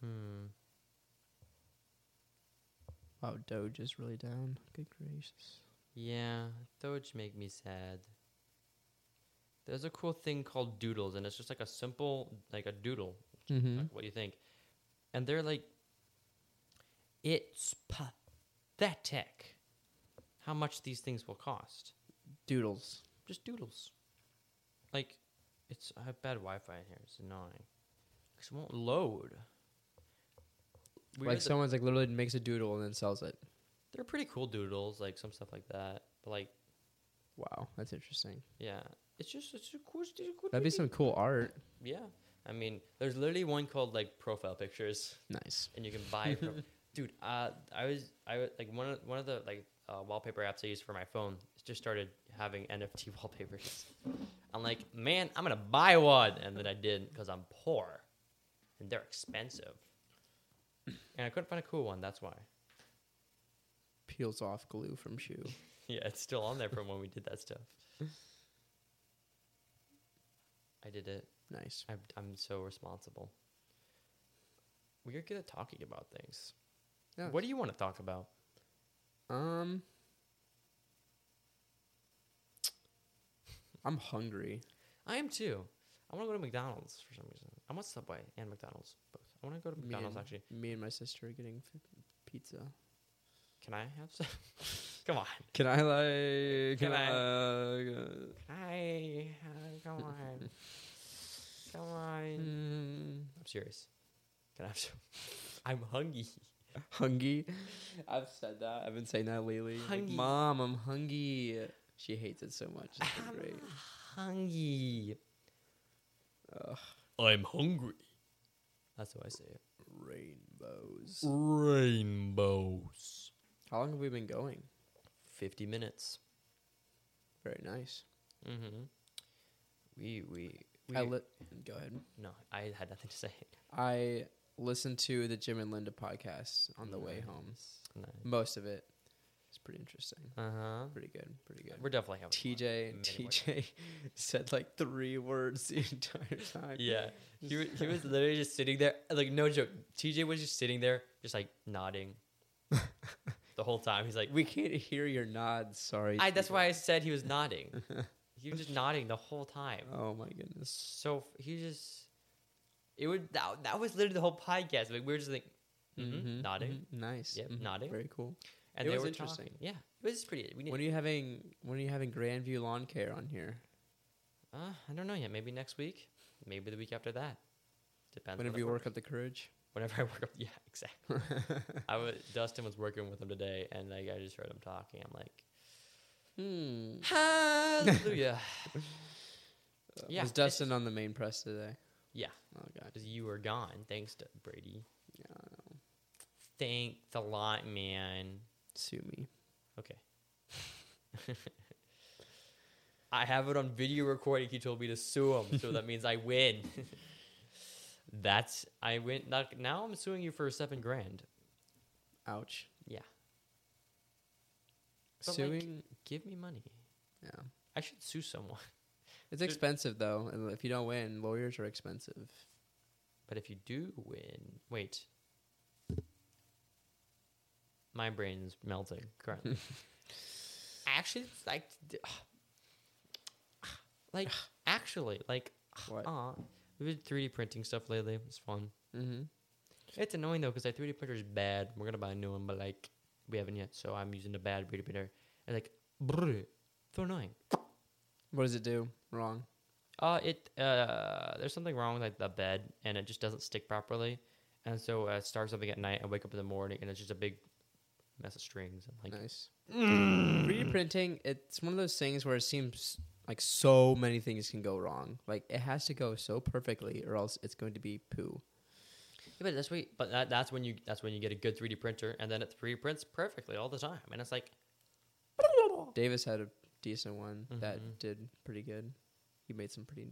Speaker 1: Hmm.
Speaker 2: Wow, Doge is really down. Good gracious.
Speaker 1: Yeah, Doge make me sad. There's a cool thing called doodles, and it's just like a simple, like a doodle.
Speaker 2: Mm-hmm.
Speaker 1: Like what do you think? And they're like, it's pathetic how much these things will cost.
Speaker 2: Doodles.
Speaker 1: just doodles. Like, it's I have bad Wi-Fi in here. It's annoying because it won't load. We
Speaker 2: like
Speaker 1: read the-
Speaker 2: someone's like literally makes a doodle and then sells it.
Speaker 1: they're pretty cool doodles, like some stuff like that. But like,
Speaker 2: Wow, that's interesting.
Speaker 1: yeah, it's just it's a cool. It's a cool
Speaker 2: That'd be
Speaker 1: thing.
Speaker 2: some cool art.
Speaker 1: Yeah, I mean, there's literally one called like profile pictures,
Speaker 2: Nice.
Speaker 1: and you can buy. Pro- Dude, uh, I was I was like one of one of the like uh, wallpaper apps I use for my phone just started having NFT wallpapers. I'm like, man, I'm gonna buy one, and then I didn't because I'm poor, and they're expensive, and I couldn't find a cool one. That's why.
Speaker 2: Peels off glue from shoe.
Speaker 1: Yeah, it's still on there from when we did that stuff. I did it.
Speaker 2: Nice.
Speaker 1: I'm, I'm so responsible. We are good at talking about things.
Speaker 2: Yeah.
Speaker 1: What do you want to talk about?
Speaker 2: Um, I'm hungry.
Speaker 1: I am too. I want to go to McDonald's for some reason. I want Subway and McDonald's both. I want to go to
Speaker 2: Me
Speaker 1: McDonald's
Speaker 2: and-
Speaker 1: actually.
Speaker 2: Me and my sister are getting f- pizza.
Speaker 1: Can I have some? Come on.
Speaker 2: Can I like?
Speaker 1: Can I-
Speaker 2: Uh,
Speaker 1: Hi. hi, Come on. Mm. Come on. I'm serious. Can I have some? I'm hungry.
Speaker 2: Hungy. I've said that. I've been saying that lately. Like,
Speaker 1: Hungy.
Speaker 2: Mom, I'm hungy. She hates it so much. It's so great.
Speaker 1: Hungry.
Speaker 2: Ugh.
Speaker 1: I'm hungry. That's how I say it.
Speaker 2: Rainbows.
Speaker 1: Rainbows.
Speaker 2: How long have we been going?
Speaker 1: 50 minutes.
Speaker 2: Very nice.
Speaker 1: Mm-hmm. We, we, we.
Speaker 2: I li- Go ahead.
Speaker 1: no, I had nothing to say.
Speaker 2: I listened to the Jim and Linda podcast on the way home. Most of it. It's pretty interesting.
Speaker 1: Uh huh.
Speaker 2: Pretty good. Pretty good.
Speaker 1: We're definitely having fun.
Speaker 2: TJ
Speaker 1: many more-
Speaker 2: TJ said like three words the entire time.
Speaker 1: Yeah, he, wa- he was literally just sitting there, like no joke. TJ was just sitting there, just like nodding the whole time. He's like,
Speaker 2: We can't hear your nods. Sorry.
Speaker 1: I, that's
Speaker 2: TJ.
Speaker 1: why I said he was nodding. he was just nodding the whole time.
Speaker 2: Oh my goodness.
Speaker 1: So f- he just, it would that, that was literally the whole podcast. Like we were just like, hmm
Speaker 2: Mhm,
Speaker 1: nodding,
Speaker 2: mhm, Nice.
Speaker 1: Yep,
Speaker 2: mhm,
Speaker 1: nodding.
Speaker 2: Very cool.
Speaker 1: and
Speaker 2: It
Speaker 1: they
Speaker 2: was
Speaker 1: were
Speaker 2: interesting.
Speaker 1: talking. Yeah, it was pretty. We need,
Speaker 2: When are you having when are you having Grandview Lawn Care on here?
Speaker 1: uh, I don't know yet. Maybe next week. Maybe the week after that. Depends.
Speaker 2: Whenever
Speaker 1: when
Speaker 2: you
Speaker 1: I
Speaker 2: work up the courage.
Speaker 1: Whenever I work up. Yeah, exactly. I was Dustin was working with him today, and like I just heard him talking. I'm like,
Speaker 2: hmm.
Speaker 1: hallelujah. Yeah,
Speaker 2: Was
Speaker 1: it's
Speaker 2: Dustin on the main press today?
Speaker 1: Yeah.
Speaker 2: Oh god.
Speaker 1: Because you were gone, thanks to Brady.
Speaker 2: Yeah, I know.
Speaker 1: Thank the lot, man.
Speaker 2: Sue me.
Speaker 1: Okay. I have it on video recording. He told me to sue him, so that means I win. That's I win. Like, now I'm suing you for seven grand.
Speaker 2: Ouch.
Speaker 1: Yeah. But, like-
Speaker 2: Suing.
Speaker 1: Give me money.
Speaker 2: yeah.
Speaker 1: I should sue someone.
Speaker 2: It's
Speaker 1: Su-
Speaker 2: expensive though. and If you don't win, lawyers are expensive.
Speaker 1: But if you do win, wait. My brain's melting currently. actually, it's like, d- like actually, like,
Speaker 2: What?
Speaker 1: aw, we've been three D printing stuff lately. It's fun.
Speaker 2: Mm-hmm.
Speaker 1: It's annoying though because that three D printer is bad. We're gonna buy a new one, but like we haven't yet, so I'm using a bad three D printer. And like, brr, so annoying.
Speaker 2: What does it do? Wrong.
Speaker 1: Uh, it uh, there's something wrong with like the bed, and it just doesn't stick properly, and so I start something at night. I wake up in the morning, and it's just a big mess of strings. I'm like,
Speaker 2: nice.
Speaker 1: Mm.
Speaker 2: 3D printing, it's one of those things where it seems like so many things can go wrong. Like it has to go so perfectly, or else it's going to be poo.
Speaker 1: "Yeah, but that's what, but that, that's when you that's when you get a good 3D printer, and then it 3D prints perfectly all the time, and it's like,
Speaker 2: Davis had a decent one
Speaker 1: Mhm.
Speaker 2: that did pretty good. He made some pretty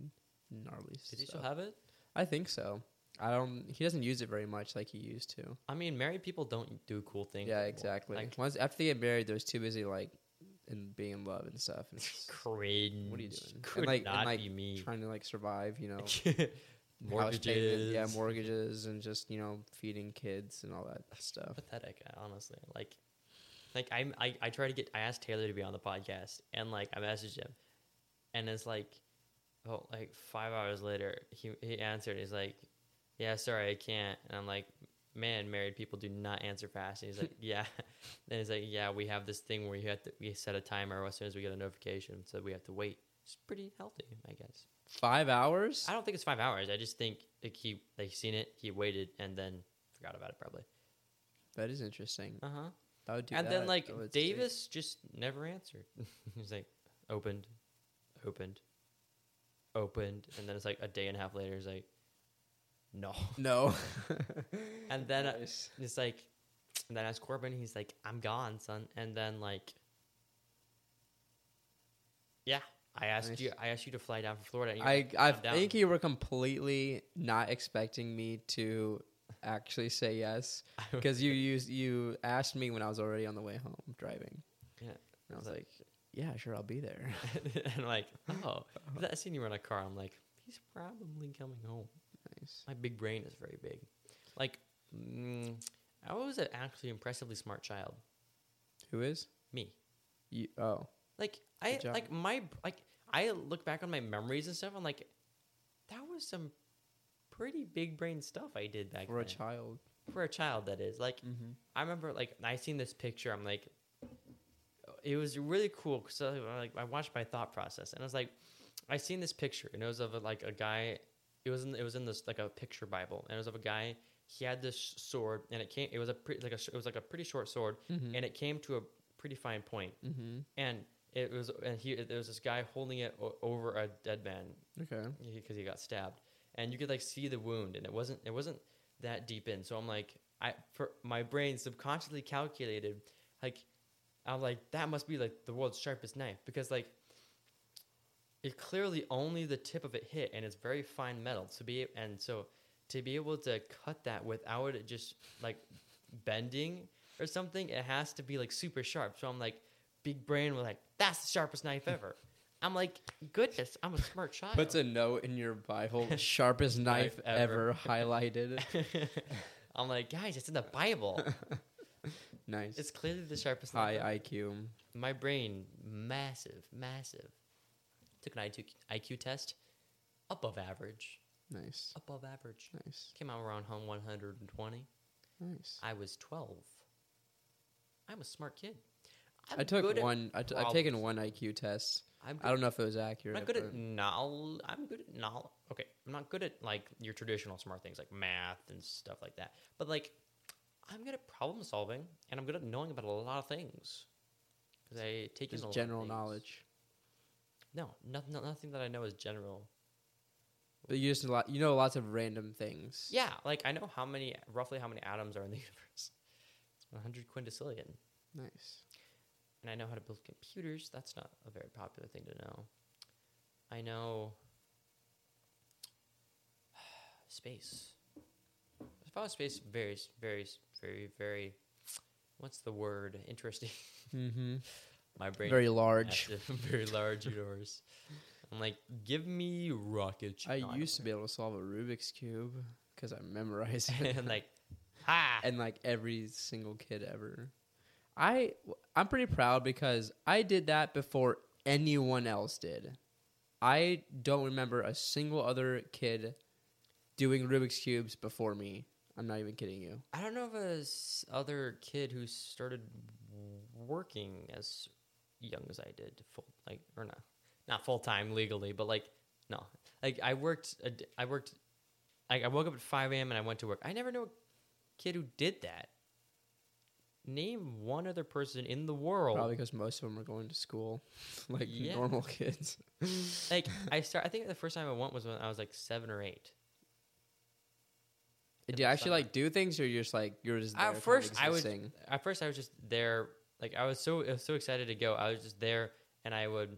Speaker 2: gnarly
Speaker 1: did he
Speaker 2: stuff.
Speaker 1: still have it?
Speaker 2: I think so. I don't. He doesn't use it very much like he used to.
Speaker 1: I mean, married people don't do cool things.
Speaker 2: yeah,
Speaker 1: anymore.
Speaker 2: exactly.
Speaker 1: Like
Speaker 2: Once after they get married, they're too busy like and being in love and stuff, and it's
Speaker 1: cringe.
Speaker 2: What are you doing? And,
Speaker 1: Could
Speaker 2: like- and,
Speaker 1: not
Speaker 2: like,
Speaker 1: be me.
Speaker 2: trying to like survive. You know, house payment,
Speaker 1: Mortgages.
Speaker 2: yeah, mortgages, and just you know feeding kids and all that stuff.
Speaker 1: pathetic I- honestly like like i'm I, I try to get i asked taylor to be on the podcast and like i messaged him and it's like oh like five hours later he, he answered he's like yeah sorry i can't and i'm like man married people do not answer fast and he's like yeah then he's like yeah we have this thing where you have to we set a timer as soon as we get a notification so we have to wait it's pretty healthy i guess
Speaker 2: Five hours?
Speaker 1: i don't think it's five hours i just think like he like seen it he waited and then forgot about it probably
Speaker 2: That is interesting.
Speaker 1: uh-huh
Speaker 2: I would do
Speaker 1: and then
Speaker 2: that.
Speaker 1: like
Speaker 2: I would say-
Speaker 1: Davis just never answered. He's like opened, opened, opened, and then it's like a day and a half later. He's like, no,
Speaker 2: No.
Speaker 1: and then uh,
Speaker 2: Nice.
Speaker 1: it's like, and then I asked Corbin. He's like, I'm gone, son. And then like, yeah, I asked
Speaker 2: Nice.
Speaker 1: you. I asked you to fly down from Florida. and you're
Speaker 2: I
Speaker 1: like,
Speaker 2: I
Speaker 1: "I'm down."
Speaker 2: think you were completely not expecting me to actually say yes because you used you asked me when I was already on the way home driving.
Speaker 1: Yeah.
Speaker 2: And I was
Speaker 1: It's
Speaker 2: like, yeah, sure, I'll be there.
Speaker 1: and like, oh, 'Cause I seen you were in a car. I'm like, he's probably coming home.
Speaker 2: nice.
Speaker 1: My big brain is very big. Like, mm, I was an actually impressively smart child.
Speaker 2: Who is
Speaker 1: Me.
Speaker 2: you? Oh,
Speaker 1: Like I
Speaker 2: Good job.
Speaker 1: like my like I look back on my memories and stuff. I'm like, that was some pretty big brain stuff I did back
Speaker 2: for a
Speaker 1: then.
Speaker 2: child.
Speaker 1: for a child. That is like
Speaker 2: Mm-hmm.
Speaker 1: I remember like I seen this picture. I'm like, it was really cool because I, like I watched my thought process and I was like, I seen this picture and it was of a, like a guy. It was in it was in this like a picture Bible and it was of a guy. he had this sword, and it came. It was a pretty like a sh- it was like a pretty short sword,
Speaker 2: Mm-hmm.
Speaker 1: and it came to a pretty fine point.
Speaker 2: mm-hmm.
Speaker 1: And it was and he there was this guy holding it o- over a dead man
Speaker 2: Okay.
Speaker 1: because he got stabbed, and you could like see the wound, and it wasn't it wasn't that deep in. So I'm like, I for my brain subconsciously calculated, like, I'm like that must be like the world's sharpest knife because like, it clearly only the tip of it hit, and it's very fine metal. To be and so to be able to cut that without it just like bending or something, it has to be like super sharp. So I'm like, big brain was like, that's the sharpest knife ever. I'm like, goodness, I'm a smart child.
Speaker 2: Puts a note in your Bible. Sharpest knife,
Speaker 1: Knife
Speaker 2: ever,
Speaker 1: ever.
Speaker 2: highlighted.
Speaker 1: I'm like, guys, it's in the Bible.
Speaker 2: nice.
Speaker 1: It's clearly the sharpest knife.
Speaker 2: High IQ.
Speaker 1: My brain, massive, massive. Took an IQ, IQ test, above average,
Speaker 2: Nice.
Speaker 1: above average.
Speaker 2: Nice.
Speaker 1: Came out around home 120.
Speaker 2: Nice.
Speaker 1: I was 12. I'm a smart kid. I'm
Speaker 2: I took
Speaker 1: good at-
Speaker 2: one. I t- I've taken one IQ test.
Speaker 1: I'm good
Speaker 2: I don't know if it was
Speaker 1: I'm
Speaker 2: accurate.
Speaker 1: not good at
Speaker 2: but-
Speaker 1: knowledge. I'm good at knowledge. Okay, I'm not good at like your traditional smart things like math and stuff like that. But like, I'm good at problem solving, and I'm good at knowing about a lot of things. Because I take in a
Speaker 2: just
Speaker 1: lot of
Speaker 2: general
Speaker 1: things.
Speaker 2: knowledge.
Speaker 1: No, nothing. Nothing that I know is general.
Speaker 2: But you just a lot. You know lots of random things.
Speaker 1: Yeah, like I know how many, roughly how many atoms are in the universe. It's 100 quintillion,
Speaker 2: Nice.
Speaker 1: and I know how to build computers. That's not a very popular thing to know. I know space. It's about space very, s- very, s- very, very. What's the word? Interesting.
Speaker 2: Mm-hmm.
Speaker 1: My brain.
Speaker 2: Very
Speaker 1: has
Speaker 2: large.
Speaker 1: a very large universe. I'm like, give me rocket.
Speaker 2: I used to be able to solve a Rubik's cube because I memorized it,
Speaker 1: and like, ha.
Speaker 2: and like every single kid ever. I I'm pretty proud because I did that before anyone else did. I don't remember a single other kid doing Rubik's cubes before me. I'm not even kidding you.
Speaker 1: I don't know of a s- other kid who started w- working as young as I did, full like or not, not full time legally, but like no, like I worked, a d- I worked, I, I woke up at five a.m. and I went to work. I never knew a kid who did that. Name one other person in the world.
Speaker 2: Probably because most of them are going to school, like
Speaker 1: Oh. Yeah.
Speaker 2: normal kids.
Speaker 1: Like I start, I think the first time I went was when I was like seven or eight.
Speaker 2: Do you actually like do things, or you're just like you're just there
Speaker 1: At
Speaker 2: kinda
Speaker 1: first, I would.
Speaker 2: existing?
Speaker 1: At first, I was just there. Like I was so I was so excited to go. I was just there, and I would.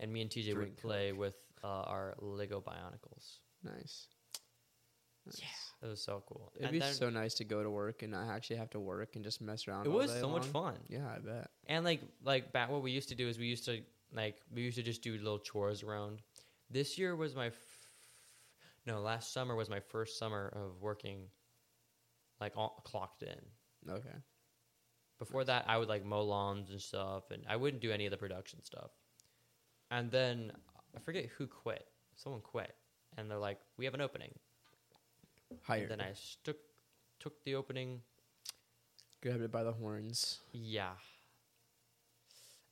Speaker 1: And me and TJ
Speaker 2: Drink
Speaker 1: would play with uh, our Lego Bionicles.
Speaker 2: nice.
Speaker 1: Yeah, it was so cool.
Speaker 2: It'd
Speaker 1: And
Speaker 2: be
Speaker 1: then
Speaker 2: so nice to go to work and not actually have to work and just mess around.
Speaker 1: it
Speaker 2: all
Speaker 1: was
Speaker 2: day
Speaker 1: so much
Speaker 2: long.
Speaker 1: fun.
Speaker 2: Yeah, I bet.
Speaker 1: And like like back, what we used to do is we used to like we used to just do little chores around. This year was my, f- no, last summer was my first summer of working, like all, clocked in.
Speaker 2: Okay.
Speaker 1: Before that, I would like mow lawns and stuff, and I wouldn't do any of the production stuff. And then I forget who quit. Someone quit, and they're like, "We have an opening."
Speaker 2: Hired.
Speaker 1: And then I took took the opening.
Speaker 2: grabbed it by the horns.
Speaker 1: Yeah.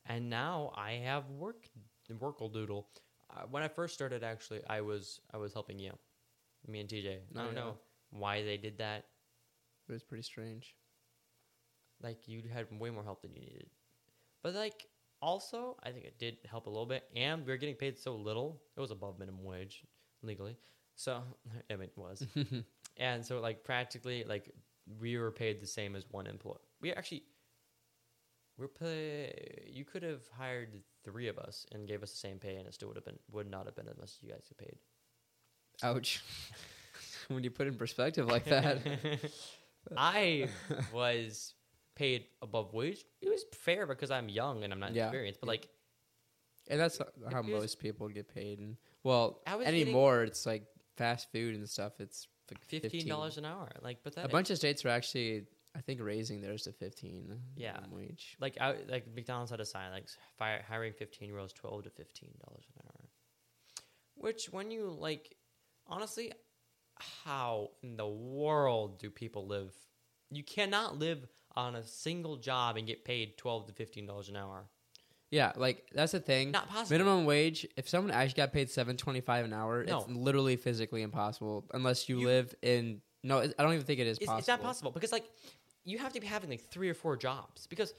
Speaker 1: And now I have work workle doodle. Uh, when I first started, actually, I was I was helping you, me and TJ. I
Speaker 2: Oh,
Speaker 1: don't
Speaker 2: yeah.
Speaker 1: know why they did that.
Speaker 2: It was pretty strange.
Speaker 1: like you had way more help than you needed. But like also, I think it did help a little bit, and we were getting paid so little. It was above minimum wage legally, so I mean it was, and so like practically like we were paid the same as one employee. We actually we're pay. You could have hired three of us and gave us the same pay, and it still would have been would not have been as much as you guys get paid.
Speaker 2: Ouch. when you put it in perspective like that,
Speaker 1: I was paid above wage. It was fair because I'm young and I'm not
Speaker 2: Yeah.
Speaker 1: experienced, but
Speaker 2: Yeah.
Speaker 1: like
Speaker 2: and that's how
Speaker 1: appears-
Speaker 2: most people get paid. And well,
Speaker 1: I was getting-
Speaker 2: anymore it's like fast food and stuff. It's like
Speaker 1: fifteen dollars an hour. Like, but that
Speaker 2: A bunch of states are actually, I think, raising theirs to fifteen.
Speaker 1: Yeah.
Speaker 2: minimum wage.
Speaker 1: like I, like McDonald's had a sign like fire, hiring fifteen year olds twelve to fifteen dollars an hour. Which, when you like, honestly, how in the world do people live? You cannot live on a single job and get paid twelve to fifteen dollars an hour.
Speaker 2: Yeah, like that's the thing.
Speaker 1: Not possible.
Speaker 2: Minimum wage. If someone actually got paid seven twenty five an hour,
Speaker 1: No.
Speaker 2: it's literally physically impossible unless you,
Speaker 1: You-
Speaker 2: live in No, it, I don't even think it is
Speaker 1: It's,
Speaker 2: possible.
Speaker 1: it's not possible because like you have to be having like three or four jobs because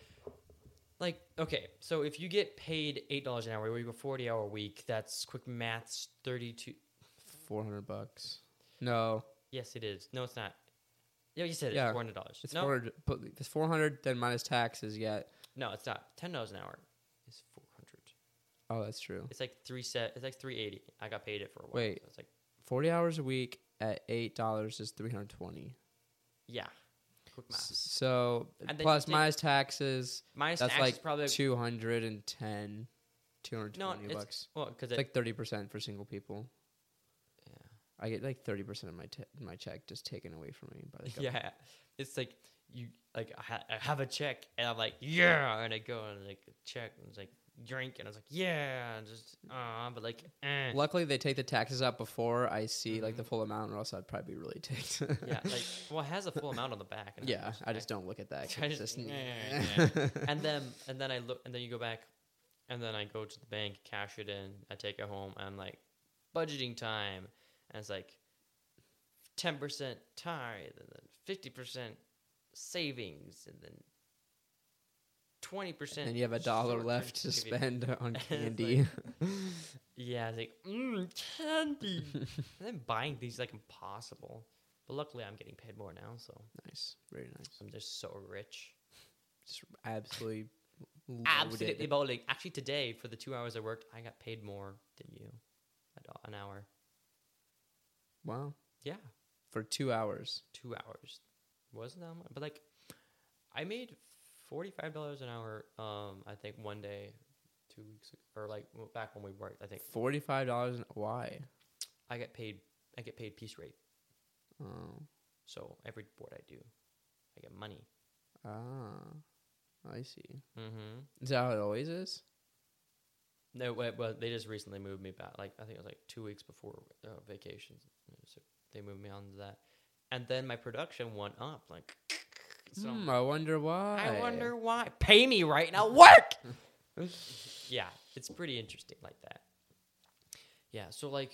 Speaker 1: like okay, so if you get paid eight dollars an hour, you work a forty hour week. That's quick maths, thirty two.
Speaker 2: Four hundred bucks. No,
Speaker 1: Yes, it is. No, it's not. Yeah, you said
Speaker 2: Yeah,
Speaker 1: it's four hundred dollars.
Speaker 2: it's
Speaker 1: No,
Speaker 2: four hundred. But it's four hundred. Then minus taxes. Yet.
Speaker 1: no, it's not. Ten dollars an hour is four hundred.
Speaker 2: Oh, that's true.
Speaker 1: It's like three set. It's like three eighty. I got paid it for a while.
Speaker 2: Wait.
Speaker 1: so it's like
Speaker 2: Forty hours a week at eight dollars is three hundred twenty.
Speaker 1: yeah, quick maths.
Speaker 2: So
Speaker 1: And then you
Speaker 2: plus
Speaker 1: take-
Speaker 2: minus taxes.
Speaker 1: Minus
Speaker 2: That's
Speaker 1: tax
Speaker 2: like
Speaker 1: is probably
Speaker 2: two hundred and ten. Two hundred
Speaker 1: no.
Speaker 2: twenty
Speaker 1: It's
Speaker 2: bucks.
Speaker 1: well because
Speaker 2: It's like thirty percent for single people.
Speaker 1: Yeah.
Speaker 2: I get like thirty percent of my te- my check just taken away from me by the government.
Speaker 1: yeah, it's like you like I, ha- I have a check and I'm like yeah, and I go and like check and it's like drink and I was like yeah, and just uh, but like eh.
Speaker 2: Luckily, they take the taxes out before I see like the
Speaker 1: Mhm.
Speaker 2: full amount, or else I'd probably be really ticked.
Speaker 1: yeah, like well it has a full amount on the back. And
Speaker 2: yeah. I just don't look at that. 'cause
Speaker 1: I
Speaker 2: it's
Speaker 1: just-
Speaker 2: just-
Speaker 1: yeah, and then and then I look and then you go back, and then I go to the bank, cash it in, I take it home, and I'm like budgeting time, and it's like ten percent tithe, and then fifty percent savings, and then twenty percent.
Speaker 2: and you have a dollar left to spend on
Speaker 1: It's
Speaker 2: candy.
Speaker 1: Yeah, it's like mm, candy. and then buying these like impossible. But luckily, I'm getting paid more now, so
Speaker 2: nice, very nice.
Speaker 1: I'm just so rich.
Speaker 2: Just absolutely loaded.
Speaker 1: absolutely bowling. Actually, today for the two hours I worked, I got paid more than you, at all- an hour.
Speaker 2: Wow,
Speaker 1: Yeah,
Speaker 2: for two hours.
Speaker 1: two hours wasn't that much, but like, I made forty five dollars an hour. Um, I think one day, two weeks ago, or like w- back when we worked, I think
Speaker 2: Forty-five dollars. Why?
Speaker 1: I get paid. I get paid piece rate.
Speaker 2: Oh,
Speaker 1: So every board I do, I get money.
Speaker 2: ah, I see.
Speaker 1: Mm-hmm.
Speaker 2: Is that how it always is?
Speaker 1: No, wait, well, they just recently moved me back. Like I think it was like two weeks before uh, vacation, so they moved me on to that. And then my production went up. Like, so
Speaker 2: Hmm, I wonder why.
Speaker 1: I wonder why. Pay me right now. Work. yeah, it's pretty interesting like that. Yeah, so like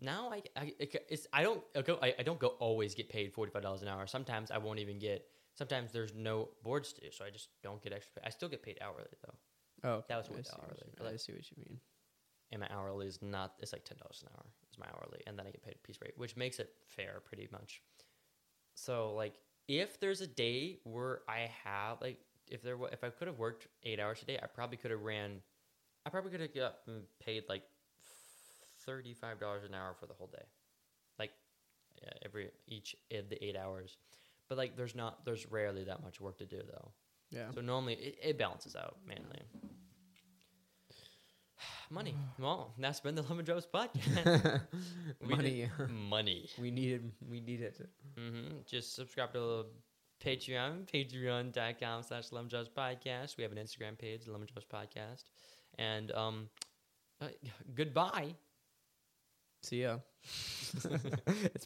Speaker 1: now I I it- it's, I don't I go I, I don't go always get paid forty five dollars an hour. Sometimes I won't even get. Sometimes there's no boards to do, so I just don't get extra. Pay. I still get paid hourly though.
Speaker 2: Oh,
Speaker 1: That was
Speaker 2: okay,
Speaker 1: one
Speaker 2: I see
Speaker 1: dollar
Speaker 2: what you
Speaker 1: there,
Speaker 2: mean.
Speaker 1: but, like-
Speaker 2: I see what you mean.
Speaker 1: and my hourly is not it's like ten dollars an hour is my hourly and then i get paid a piece rate which makes it fair pretty much so like if there's a day where i have like if there wa- if i could have worked eight hours a day i probably could have ran i probably could have got mm, paid like $35 an hour for the whole day like uh, every each of the eight hours but like there's not there's rarely that much work to do though
Speaker 2: Yeah.
Speaker 1: so normally it, it balances out mainly. Money. Well, that's been the Lemon Drops podcast. We
Speaker 2: Money.
Speaker 1: Money.
Speaker 2: we needed. We needed.
Speaker 1: hmm Just subscribe to the Patreon, patreon.com slash Lemon Drops Podcast. We have an Instagram page, Lemon Drops Podcast. And um, uh, goodbye.
Speaker 2: See ya. it's